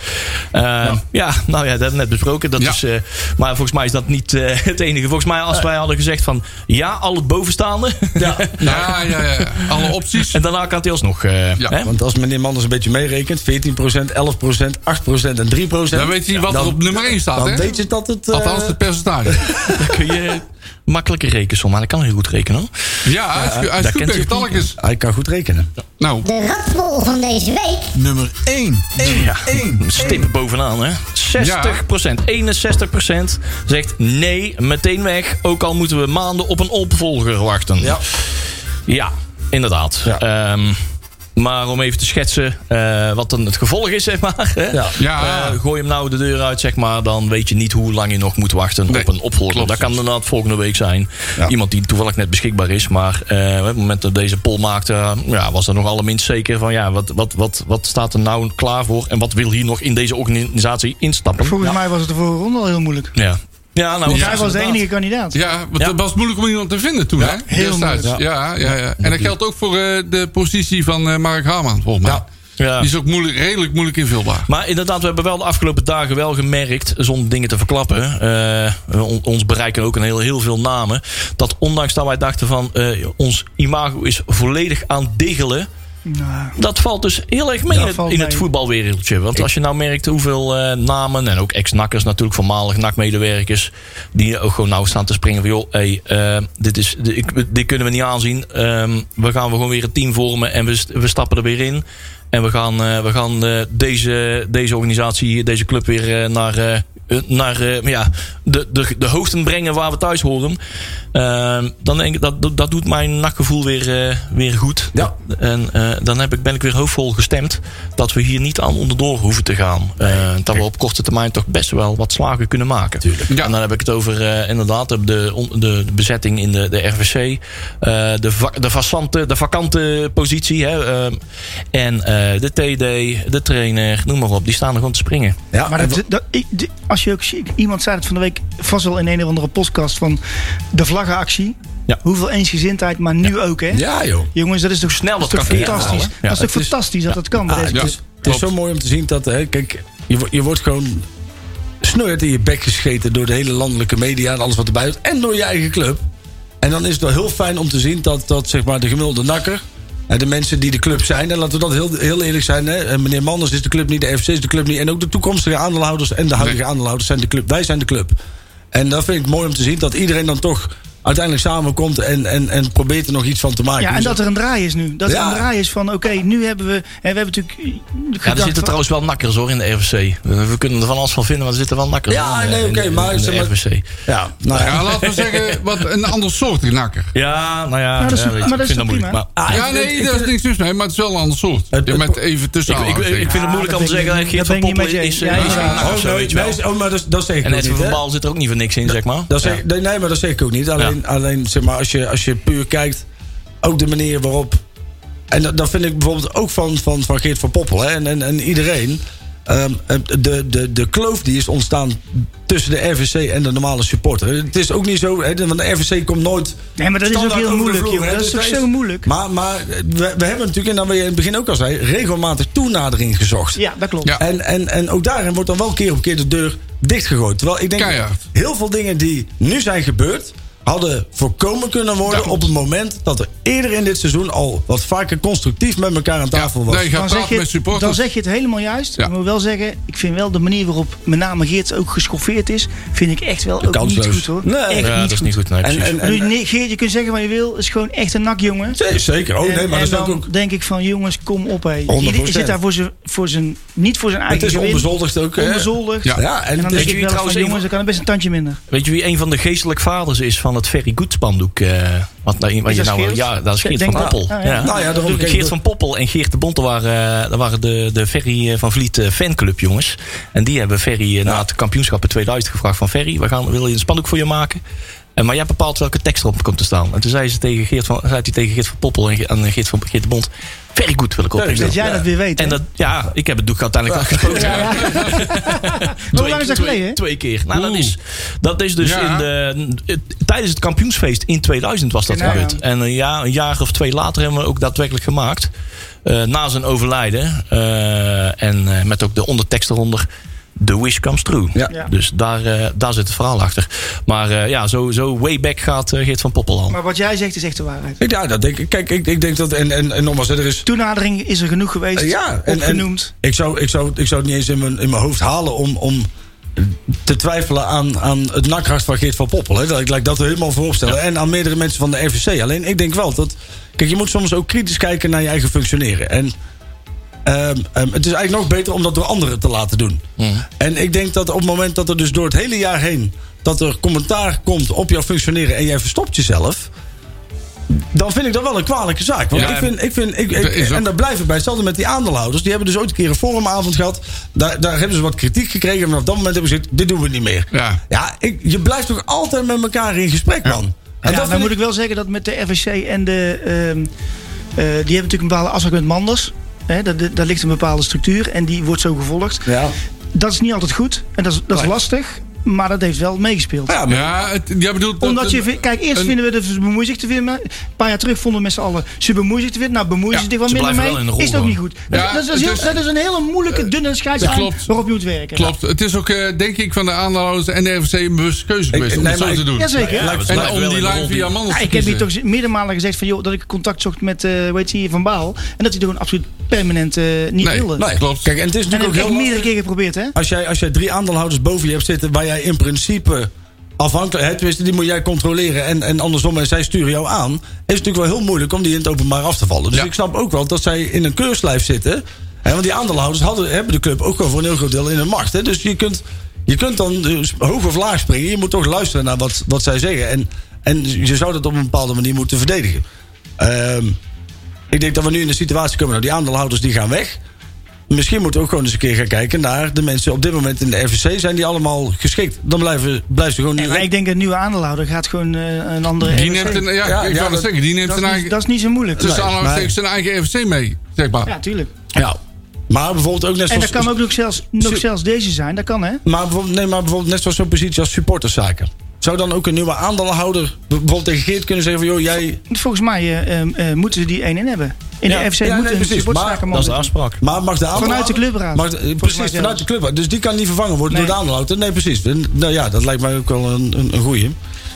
S5: Eh, ja. nou ja, dat hebben we net besproken. Dat
S6: Ja.
S5: is, eh, maar volgens mij is dat niet eh, het enige. Volgens mij, als wij hadden gezegd van ja, al het bovenstaande.
S6: Ja, ja, ja. Alle opties.
S5: en daarna kan het alsnog. eh,
S6: Ja.
S5: hè?
S4: Want als meneer Manders een beetje meerekent, 14%, 11%, 8% en 3%.
S6: Dan weet je wat er op nummer 1 staat,
S4: Dan
S6: hè?
S4: weet je dat het... eh,
S6: Althans, het percentage.
S5: kun je makkelijke rekensom aan. Ik kan heel goed rekenen. hoor.
S6: Ja, hij is, hij is
S4: daar
S6: goed
S4: kent
S6: met
S4: hij-
S6: getalletjes.
S4: Hij kan goed rekenen.
S6: Nou,
S8: De ratbol van deze week.
S2: Nummer 1. 1.
S5: Ja,
S2: 1.
S5: stippen bovenaan, hè? 60%, 61% zegt nee, meteen weg. Ook al moeten we maanden op een opvolger wachten.
S4: Ja.
S5: Ja, inderdaad.
S4: Ja.
S5: Ehm, maar om even te schetsen eh, wat dan het gevolg is, zeg maar. Hè?
S4: Ja.
S6: Ja.
S5: Eh, gooi hem nou de deur uit, zeg maar. Dan weet je niet hoe lang je nog moet wachten
S6: Nee,
S5: op een opvolger.
S6: klopt.
S5: Dat kan inderdaad volgende week zijn.
S4: Ja.
S5: Iemand die toevallig net beschikbaar is. Maar eh, op het moment dat deze poll maakte, eh, ja, was er nog allerminst zeker van... ja, wat, wat, wat, wat staat er nou klaar voor? En wat wil hier nog in deze organisatie instappen?
S7: Volgens mij was het de vorige ronde al heel moeilijk.
S5: eh, Ja, ja nou...
S7: Want
S5: ja,
S7: hij was de
S5: inderdaad.
S7: enige kandidaat.
S6: ja, want
S5: Ja.
S6: het was moeilijk om iemand te vinden toen, hè?
S7: heel
S6: Destijds.
S4: moeilijk.
S6: Ja, ja, ja. En dat geldt ook voor eh, de positie van eh, Mark Haman, volgens mij.
S5: Ja.
S6: Die is ook moeilijk, redelijk moeilijk invulbaar.
S5: Maar inderdaad, we hebben wel de afgelopen dagen wel gemerkt, zonder dingen te verklappen, eh, on- ons bereiken ook een heel, heel veel namen, dat ondanks dat wij dachten van eh, ons imago is volledig aan diggelen,
S7: Nou,
S5: dat valt dus heel erg mee in, het,
S7: valt
S5: in het
S7: mee.
S5: voetbalwereldje. Want als je nou merkt hoeveel eh, namen, en ook ex-nakkers natuurlijk, voormalig NAC-medewerkers, die ook gewoon nou staan te springen van joh, hey, eh, dit, is, dit, ik- dit kunnen we niet aanzien. Ehm, we gaan gewoon weer een team vormen en we, st- we stappen er weer in. En we gaan, eh, we gaan eh, deze, deze organisatie, deze club weer eh, naar, eh, eh, naar eh, ja, de, de, de hoogten brengen waar we thuis horen. Ehm, dan denk ik, dat, dat- dat doet mijn nachtgevoel weer, eh, weer goed.
S4: Ja.
S5: En eh, dan heb ik, ben ik weer hoopvol gestemd dat we hier niet aan onderdoor hoeven te gaan. Eh, dat we op korte termijn toch best wel wat slagen kunnen maken.
S6: Ja.
S5: En dan heb ik het over eh, inderdaad de, de, de bezetting in de, de RVC. eh, de, va- de, vacante, de vakante positie. Hè, ehm, en eh, de TD, de trainer, noem maar op. Die staan er gewoon te springen.
S4: Ja,
S7: Maar
S4: en
S7: dat, dat, ik- d- als je ook ziet, iemand zei het van de week vast wel in een of andere podcast van de vlaggenactie.
S5: Ja.
S7: Hoeveel eensgezindheid, maar nu ook hè.
S4: wa- ja, joh.
S7: Jongens, dat is toch
S5: Snel
S7: dat
S5: dat
S7: is toch
S5: kan kunnen
S7: fantastisch.
S5: halen, hè?
S7: dat is
S5: Ja,
S7: toch
S5: het is-
S7: fantastisch dat dat kan. bij deze
S4: Ah,
S7: club.
S4: het, is, het is zo mooi om te zien dat, hè, kijk, je, wo- je wordt gewoon snoeid in je bek gescheten door de hele landelijke media en alles wat erbij hoort. En door je eigen club. En dan is het wel heel fijn om te zien dat, dat zeg maar, de gemiddelde nakker. En de mensen die de club zijn, en laten we dat heel, heel eerlijk zijn. Hè? eh, Meneer Manders is de club niet, de FC is de club niet. En ook de toekomstige aandeelhouders en de huidige
S6: Nee.
S4: aandeelhouders zijn de club. Wij zijn de club. En dat vind ik mooi om te zien dat iedereen dan toch uiteindelijk samenkomt en, en, en probeert er nog iets van te maken.
S7: Ja, en
S4: Dus
S7: dat er een draai is nu. Dat er
S4: Ja.
S7: een draai is van, oké, nu hebben we... Hè, we hebben natuurlijk eh,
S5: Ja,
S7: gedacht
S5: er zitten
S7: van-
S5: trouwens wel nakkers hoor in de RVC. Eh, We kunnen er van alles van vinden, maar er zitten wel nakkers
S4: Ja,
S5: in, eh,
S4: nee,
S5: in de-
S4: oké, maar
S5: in de
S4: zeg maar-
S5: RVC.
S4: ja, nou ja.
S6: Ja, laten we zeggen, wat een ander soort nakker.
S5: Ja, nou ja,
S7: Nou, dat is-
S5: ja, weet je,
S7: maar dat
S5: ik
S7: is
S5: vind
S7: toch
S5: dat moeilijk.
S7: prima?
S5: Maar,
S4: Ah,
S6: Ja,
S4: ik-
S6: nee,
S4: ik-
S6: daar is niks mis mee, maar het is wel een ander soort.
S4: Het-
S6: Je bent even tussen
S5: ik, ik, ik, ik
S6: aanhalingstekens.
S5: vind het moeilijk
S7: dat
S5: om te
S7: ben ik
S5: zeggen, eh,
S7: niet-
S5: Geert
S7: dat
S5: van
S7: ben ik niet
S5: Poppelen
S7: met
S5: is,
S7: je-
S5: eh,
S7: ja,
S5: is
S7: ja.
S5: een nakker
S4: Oh,
S5: of zo,
S4: nee,
S5: weet je wel.
S4: nee, oh, maar dat, dat zeg ik
S5: En
S4: ook
S5: Edwin
S4: niet,
S5: van
S4: hè?
S5: Baal zit er ook niet voor niks in, zeg maar.
S4: Dat zeg,
S5: Ja.
S4: nee, nee, maar dat zeg ik ook niet. Alleen, alleen zeg maar, als, je, als je puur kijkt, ook de manier waarop. En dat, dat vind ik bijvoorbeeld ook van, van, van Geert van Poppel hè, en, en, en iedereen. Ehm, de, de, de kloof die is ontstaan tussen de RVC en de normale supporter. Het is ook niet zo, hè, want de RVC komt nooit.
S7: Nee, maar dat is ook
S4: standaard
S7: heel
S4: over de
S7: moeilijk,
S4: vloer,
S7: jongen.
S4: hè.
S7: Dat is
S4: Dus
S7: toch zo moeilijk.
S4: Maar, maar we, we hebben natuurlijk, en dan wil je in het begin ook al zei, regelmatig toenadering gezocht.
S7: Ja, dat klopt.
S6: Ja.
S4: En, en, en ook daarin wordt dan wel keer op keer de deur dichtgegooid. Terwijl ik denk,
S6: Keihard.
S4: heel veel dingen die nu zijn gebeurd... hadden voorkomen kunnen worden
S6: Daarom.
S4: op het moment... dat er eerder in dit seizoen al wat vaker constructief met elkaar aan tafel was.
S6: nee, ga
S7: Dan zeg,
S6: praten
S7: je,
S6: met
S7: het- dan
S6: supporters.
S7: zeg je het helemaal juist.
S6: Ja.
S7: Ik moet wel zeggen, ik vind wel de manier waarop met name Geert ook geschoffeerd is... vind ik echt wel ook niet
S4: kansloos.
S7: goed, hoor.
S4: Nee.
S7: echt
S5: Ja, dat is niet goed. Nee,
S4: en,
S5: precies.
S4: en,
S7: Nu,
S4: en,
S7: nee, Geert, je kunt zeggen wat je wil. is gewoon echt een nakjongen.
S4: Zee- zeker, oh nee,
S7: en
S4: maar dat
S7: en
S4: is ook...
S7: dan
S4: ook-
S7: denk ik van, jongens, kom op, hé.
S4: 100%.
S7: Iedereen zit daar voor zijn, voor zijn, niet voor zijn
S4: Het
S7: eigen
S4: is
S7: gewin.
S4: onbezoldigd ook. hè.
S7: Onbezoldigd.
S4: Ja, ja, en,
S7: En dan
S4: het
S7: denk
S4: is-
S7: ik
S5: jullie
S7: wel van,
S5: trouwens even-
S7: jongens, dat kan best een tandje minder.
S5: Weet je wie een van de geestelijk vaders is van het Very Good spandoek? eh, wat nou, wat
S7: Is
S5: je
S7: dat
S5: nou,
S7: Geert?
S5: Ja, dat is
S7: Ik
S5: Geert van
S7: denk dat-
S5: Poppel.
S7: ah,
S5: ja.
S7: ja.
S4: Nou ja, daarom kijk ik
S5: Geert
S4: ook-
S5: van Poppel en Geert de Bonte waren, eh, dat waren de, de Ferry eh, van Vliet eh, fanclub jongens. En die hebben Ferry eh, na het kampioenschap in 2000 gevraagd van Ferry, we gaan, willen je een spandoek voor je maken. En, maar jij bepaalt welke tekst erop komt te staan. En toen zei, ze tegen Geert van, zei hij tegen Geert van Poppel en Ge- aan Geert, van, Geert de Bond, Very Good wil ik op.
S4: Very
S5: staan."
S7: Dat jij dat weer weet.
S5: En
S7: hè?
S5: dat, ja, ik heb het doek uiteindelijk wel gesproken.
S7: Hoe lang is dat geleden? hè?
S5: Twee keer. Nou, dat
S6: Oeh.
S5: is, dat is dus
S6: Ja.
S5: in de, het- tijdens het kampioensfeest in 2000 was dat
S7: Ja, nou ja.
S5: gebeurd. En een jaar, een jaar of twee later hebben we ook daadwerkelijk gemaakt. Eh, na zijn overlijden. eh, en eh, met ook de ondertekst eronder. The wish comes true.
S4: Ja.
S7: Ja.
S5: Dus daar, eh, daar zit het verhaal achter. Maar eh, ja, zo, zo way back gaat eh, Geert van Poppel al.
S7: Maar wat jij zegt is echt de waarheid.
S4: ik- ja, dat denk ik. Kijk, ik, ik denk dat... En, en, en nogmaals, hè, er is...
S7: Toenadering is er genoeg geweest.
S4: Eh, ja, en-
S7: opgenoemd.
S4: Ik zou, ik, zou, ik zou het niet eens in mijn, in mijn hoofd halen om, om te twijfelen aan, aan het nakhart van Geert van Poppel. Hè. Dat, ik laat dat er helemaal voorop stellen. En aan meerdere mensen van de RVC. Alleen ik denk wel dat. Kijk, je moet soms ook kritisch kijken naar je eigen functioneren. En ehm, ehm, het is eigenlijk nog beter om dat door anderen te laten doen. En ik denk dat op het moment dat er dus door het hele jaar heen. dat er commentaar komt op jouw functioneren. en jij verstopt jezelf. dan vind ik dat wel een kwalijke zaak. Want
S5: Ja,
S4: ik vind. Ik vind ik, ik-
S6: dat is ook-
S4: en daar Eh, blijven we bij. Hetzelfde met die aandeelhouders. Die hebben dus ooit een keer een forumavond gehad. Daar, daar hebben ze wat kritiek gekregen. En vanaf dat moment hebben ze gezegd: dit doen we niet meer.
S6: Ja.
S4: Ja, ik, je blijft toch altijd met elkaar in gesprek, man. En dat
S7: ja, dan
S4: vind
S7: moet ik wel zeggen dat met de RVC en de... ehm, eh, die hebben natuurlijk een bepaalde afspraak met Manders. Hè, daar, daar ligt een bepaalde structuur en die wordt zo gevolgd.
S4: Ja.
S7: Dat is niet altijd goed en dat is, dat is
S4: Nee.
S7: lastig, maar dat heeft wel meegespeeld.
S4: Ja, maar-
S6: Ja, het, jij bedoelt... dat-
S7: Omdat je, vindt- kijk, eerst
S6: een-
S7: vinden we de ze bemoeien zich te vinden. Een paar jaar terug vonden we met z'n allen ze bemoeien zich te vinden. Nou, bemoeien
S6: Ja,
S7: ze zich wat
S5: ze
S7: minder
S5: blijven wel in de
S7: mee.
S5: rol
S7: Is het ook
S5: gewoon.
S7: niet goed. Dat-
S6: Ja,
S7: dat, is,
S6: het
S7: heel-
S6: is-
S7: dat is een hele moeilijke, dunne
S6: dat
S7: scheidslijn
S6: klopt.
S7: waarop je moet werken.
S6: Klopt. Het is ook, eh, denk ik, van de aandeelhouders en de RVC een bewuste keuze
S4: Ik-
S6: geweest om
S4: nee,
S6: het zo
S4: maar ik-
S6: te doen.
S7: Nou, Jazeker.
S5: Ja, we
S6: En
S5: blijven
S6: om
S5: wel in
S6: die
S5: de
S6: lijn
S5: rol die-
S6: via Manders
S7: Ja,
S6: te
S7: ik heb hier
S6: kiezen.
S7: toch meerdere malen gezegd van, joh, dat ik contact zocht met eh weet je, Van Baal. En dat hij gewoon absoluut permanent eh, niet wilde.
S6: nee. Klopt.
S4: Kijk, en het Nou, is
S7: En dat
S4: natuurlijk
S7: heb
S4: ook
S7: ik
S4: heel
S7: echt meerdere
S4: lastig.
S7: keer geprobeerd, hè?
S4: als jij, als jij drie aandeelhouders boven je hebt zitten... waar jij in principe afhankelijk... Hè, tenminste, die moet jij controleren en, en andersom... en zij sturen jou aan... is het natuurlijk wel heel moeilijk om die in het openbaar af te vallen. Dus
S6: Ja.
S4: ik snap ook wel dat zij in een keurslijf zitten. Hè, want die aandeelhouders hadden, hebben de club ook gewoon voor een heel groot deel in hun macht. Hè, dus je kunt, je kunt dan dus hoog of laag springen. Je moet toch luisteren naar wat, wat zij zeggen. En, En je zou dat op een bepaalde manier moeten verdedigen. Ehm, ik denk dat we nu in de situatie komen... Nou, die aandeelhouders die gaan weg. Misschien moeten we ook gewoon eens een keer gaan kijken... naar de mensen op dit moment in de RVC. Zijn die allemaal geschikt? Dan blijven, blijven ze gewoon...
S7: Ja,
S4: nu.
S7: maar ik denk een nieuwe aandeelhouder gaat gewoon eh, een andere.
S6: Die
S7: RFC.
S6: neemt een,
S4: Ja,
S6: ja, ik
S4: ja,
S6: wou dat
S4: dat-
S6: zeggen, die neemt
S7: dat,
S6: een
S7: is niet,
S6: eigen,
S7: dat is niet zo moeilijk.
S6: tussen
S4: Nee,
S6: aanhalingstekens
S4: nee.
S6: zijn eigen FC mee, zeg maar.
S7: Ja, tuurlijk.
S4: Ja. Maar bijvoorbeeld ook net
S7: En
S4: zoals...
S7: dat kan ook nog zelfs, nog zelfs deze zijn. Dat kan, hè?
S4: Maar bijvoorbeeld, nee, maar bijvoorbeeld net zoals zo'n positie als supporterszaken. Zou dan ook een nieuwe aandeelhouder bijvoorbeeld tegen Geert kunnen zeggen van... joh, jij...
S7: Volgens mij eh, eh, eh, moeten ze die 1 in hebben. In
S4: Ja.
S7: de FC
S4: Ja, nee,
S7: moet een
S4: precies.
S7: sportzakenman
S5: Dat is de
S7: zitten.
S5: afspraak.
S4: Maar mag de aandeelhouder-
S7: Vanuit de clubraad.
S4: Mag de-
S7: Volgens mij
S4: precies,
S7: zelfs.
S4: vanuit de clubraad. Dus die kan niet vervangen worden
S7: Nee.
S4: door de aandeelhouder. Nee, precies. En, Nou ja, dat lijkt mij ook wel een, een, een goeie.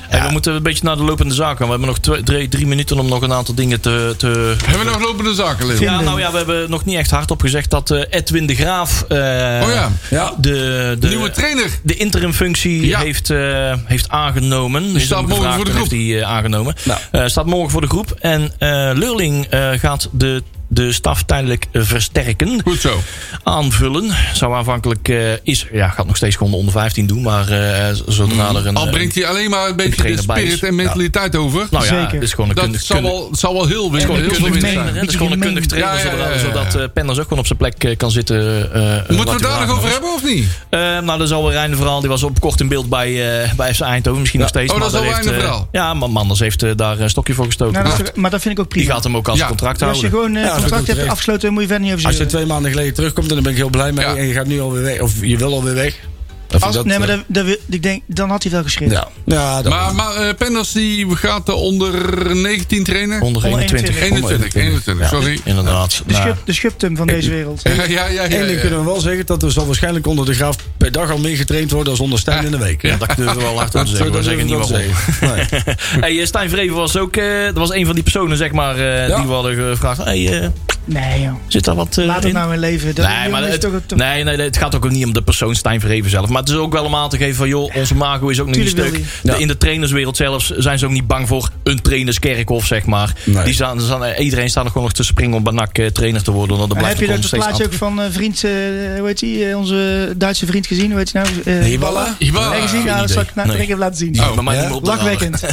S5: En we moeten een beetje naar de lopende zaken. We hebben nog twee, drie, drie minuten om nog een aantal dingen te... te
S6: Hebben we nog lopende zaken, Leeuw?
S5: ja, nou ja, we hebben nog niet echt hardop gezegd dat eh, Edwin de Graaf... eh,
S6: Oh ja.
S4: Ja.
S5: De, de,
S6: De nieuwe trainer.
S5: de interimfunctie
S6: Ja.
S5: heeft, eh, heeft aangenomen. Is
S6: staat
S5: hem
S6: morgen
S5: gevraagd
S6: voor de
S5: en
S6: groep.
S5: Heeft hij eh, aangenomen.
S4: Nou.
S5: Eh, staat morgen voor de groep. En eh Leurling eh, gaat de, de staf tijdelijk eh, versterken.
S6: Goed zo.
S5: Aanvullen. Zou aanvankelijk eh, is. Ja, gaat nog steeds gewoon de onder 15 doen. Maar eh, zodra er een.
S6: Mm. Al
S5: eh,
S6: brengt hij alleen maar een beetje de
S5: trainer bij
S6: spirit
S5: is.
S6: en mentaliteit over.
S5: nou ja,
S7: Zeker.
S5: het is gewoon een
S6: dat
S5: kundig-
S6: zal
S5: kundig-
S6: wel, zal wel heel winst
S5: Gewoon
S6: heel
S5: een
S6: veel
S5: kundig
S6: winst
S5: trainer,
S6: zijn.
S5: hè? Dat is gewoon een
S7: Beetje
S5: kundig trainer.
S6: gemeen. Ja, ja, ja, ja.
S5: Zodat eh, Penders ook gewoon op zijn plek eh, kan zitten. eh,
S6: Moeten we
S5: laten
S6: het daar nog over hebben of niet?
S5: Eh, nou, dat is alweer Reine verhaal. Die was op kort in beeld bij, eh bij FC Eindhoven. Misschien nog steeds.
S6: Oh, dat
S5: maar
S6: is al
S5: daar heeft,
S6: Reine
S5: eh,
S6: verhaal.
S5: ja, maar Manders heeft eh, daar een stokje voor gestoken.
S7: Nou, dat is- maar dat vind ik ook
S5: die
S7: prima.
S5: gaat hem ook als
S6: Ja.
S5: contract
S7: als je
S5: houden.
S7: gewoon eh,
S4: dat is ook
S7: contract hebt
S4: terecht.
S7: afgesloten, moet je verder niet over
S4: Als je
S7: zeuren.
S4: twee maanden geleden terugkomt, dan ben ik heel blij mee.
S6: Ja.
S4: En je gaat nu alweer weg. Of je wil alweer weg. Dan vind ik
S7: Als-
S4: dat,
S7: nee, maar
S4: eh,
S7: dat, dat wil- ik denk, dan had hij wel geschreven.
S4: Ja, ja dat
S6: Maar, maar eh, Penders die gaat de onder 19 trainen.
S5: Onder 21.
S6: 21, 21, sorry.
S5: Inderdaad.
S7: De,
S5: Nou,
S7: schub, de schubtum van deze wereld.
S6: Ja, ja, ja. ja,
S4: Eén ding kunnen we wel zeggen, dat er zal waarschijnlijk onder de graaf per dag al meer getraind worden als onder Stijn in de week.
S5: ja, dat durven we wel hard aan te zeggen. We zeggen niet waarom.
S4: waarom. Nee.
S5: Hey, eh, Stijn Vreven was ook... eh, dat was een van die personen, zeg maar, eh,
S4: Ja.
S5: die we hadden gevraagd. Hey, eh,
S7: Nee, joh.
S5: zit daar wat eh,
S7: Laat het
S5: in?
S7: nou in leven. Dat
S5: Nee, maar
S7: is
S5: het,
S7: toch een-
S5: nee, nee, nee, het gaat ook ook niet om de persoon Stijn Verheven zelf. Maar het is ook wel om aan te geven van... joh, onze mago is ook nog niet
S7: Tuurlijk
S5: stuk.
S7: wil
S5: De- In de trainerswereld zelfs zijn ze ook niet bang voor een trainerskerkhof, zeg maar.
S4: Nee.
S5: Die staan, staan- eh, iedereen staat er gewoon nog te springen om bij NAC eh, trainer te worden. Want dat
S7: Maar
S5: blijft
S7: heb je
S5: ook
S7: dat
S5: nog steeds
S7: plaatje ook van eh, vriend, eh, hoe heet die, eh, onze Duitse vriend gezien? Hoe heet hij nou? Eh,
S4: Hiballa?
S6: Hiballa.
S7: Nee, gezien? Ja, dat zal ik na-
S5: Ah, Nee.
S7: ik even laten zien.
S5: aan- Oh, maar mij
S4: ja?
S5: niet meer op de
S7: Lachwekkend.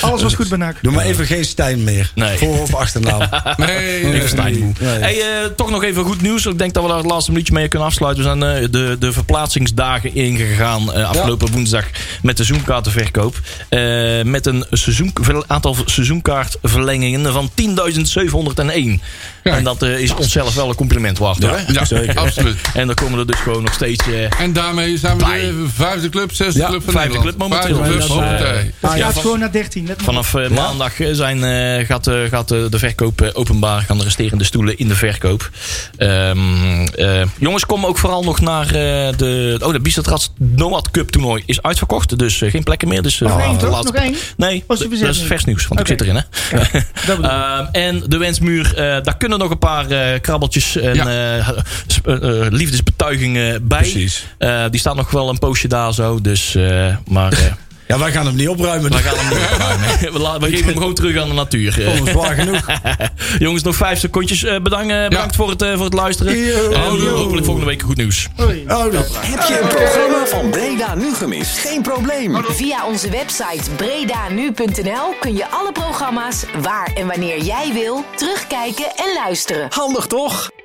S7: Alles was goed bij NAC.
S4: Doe maar even geen Stijn meer.
S5: Nee.
S4: Voor- of achternaam.
S6: Nee, eh,
S5: Even Stijnboe.
S4: Nee.
S5: Hey, eh, toch nog even goed nieuws. Ik denk dat we daar het laatste minuutje mee kunnen afsluiten. We zijn eh, de, de verplaatsingsdagen ingegaan eh, afgelopen woensdag met de seizoenkaartenverkoop. Eh, met een seizoen, aantal seizoenkaartverlengingen van 10.701.
S6: Kijk.
S5: En dat eh, is onszelf wel een compliment waard. Hoor.
S6: ja,
S4: Zeker.
S6: absoluut.
S5: En dan komen er dus gewoon nog steeds... eh,
S6: En daarmee zijn we
S5: Blij.
S6: de vijfde club, zesde
S4: Ja,
S6: club van
S5: vijfde
S6: Nederland.
S5: club momenteel.
S6: Vijfde club,
S5: Dus, eh,
S6: hoppatee.
S7: Ah, Het
S5: ja,
S7: gaat
S5: van-
S7: gewoon naar 13. let maar op.
S5: Vanaf eh, maandag eh, zijn, eh, gaat, eh, gaat eh, de verkoop eh, openbaar. Gaan de resterende stoelen in de verkoop. Ehm, eh, jongens, kom ook vooral nog naar eh, de... Oh, de Bistatrats Noad Cup toernooi is uitverkocht. Dus eh, geen plekken meer. Dus, eh,
S7: Nog
S5: de
S7: één, toch?
S5: laatste-
S7: Nog één?
S5: Nee,
S7: Was
S5: dat
S7: je bezet
S5: is
S7: nu?
S5: vers nieuws. Want ik
S7: Oké.
S5: zit erin, hè?
S7: Dat bedoel ik.
S5: Ehm, en de wensmuur, eh, daar kunnen nog een paar eh, krabbeltjes en eh, sp- eh, eh, liefdesbetuigingen bij.
S4: Precies.
S5: Eh, die staat nog wel een poosje daar zo. Dus, eh, maar eh,
S4: Ja, wij gaan hem niet opruimen. dus
S5: we gaan hem niet opruimen. We, la- we geven hem gewoon terug aan de natuur. Eh,
S4: Dat is zwaar genoeg.
S5: Jongens, nog vijf secondjes. Eh, bedankt eh, bedankt voor, het, eh, voor het luisteren.
S4: Yo.
S5: En eh, hopelijk volgende week goed nieuws.
S7: Hoi.
S4: Oh, dat.
S2: Heb je een programma van Breda nu gemist? Geen probleem.
S1: Via onze website bredanu.nl kun je alle programma's waar en wanneer jij wil terugkijken en luisteren.
S2: Handig toch?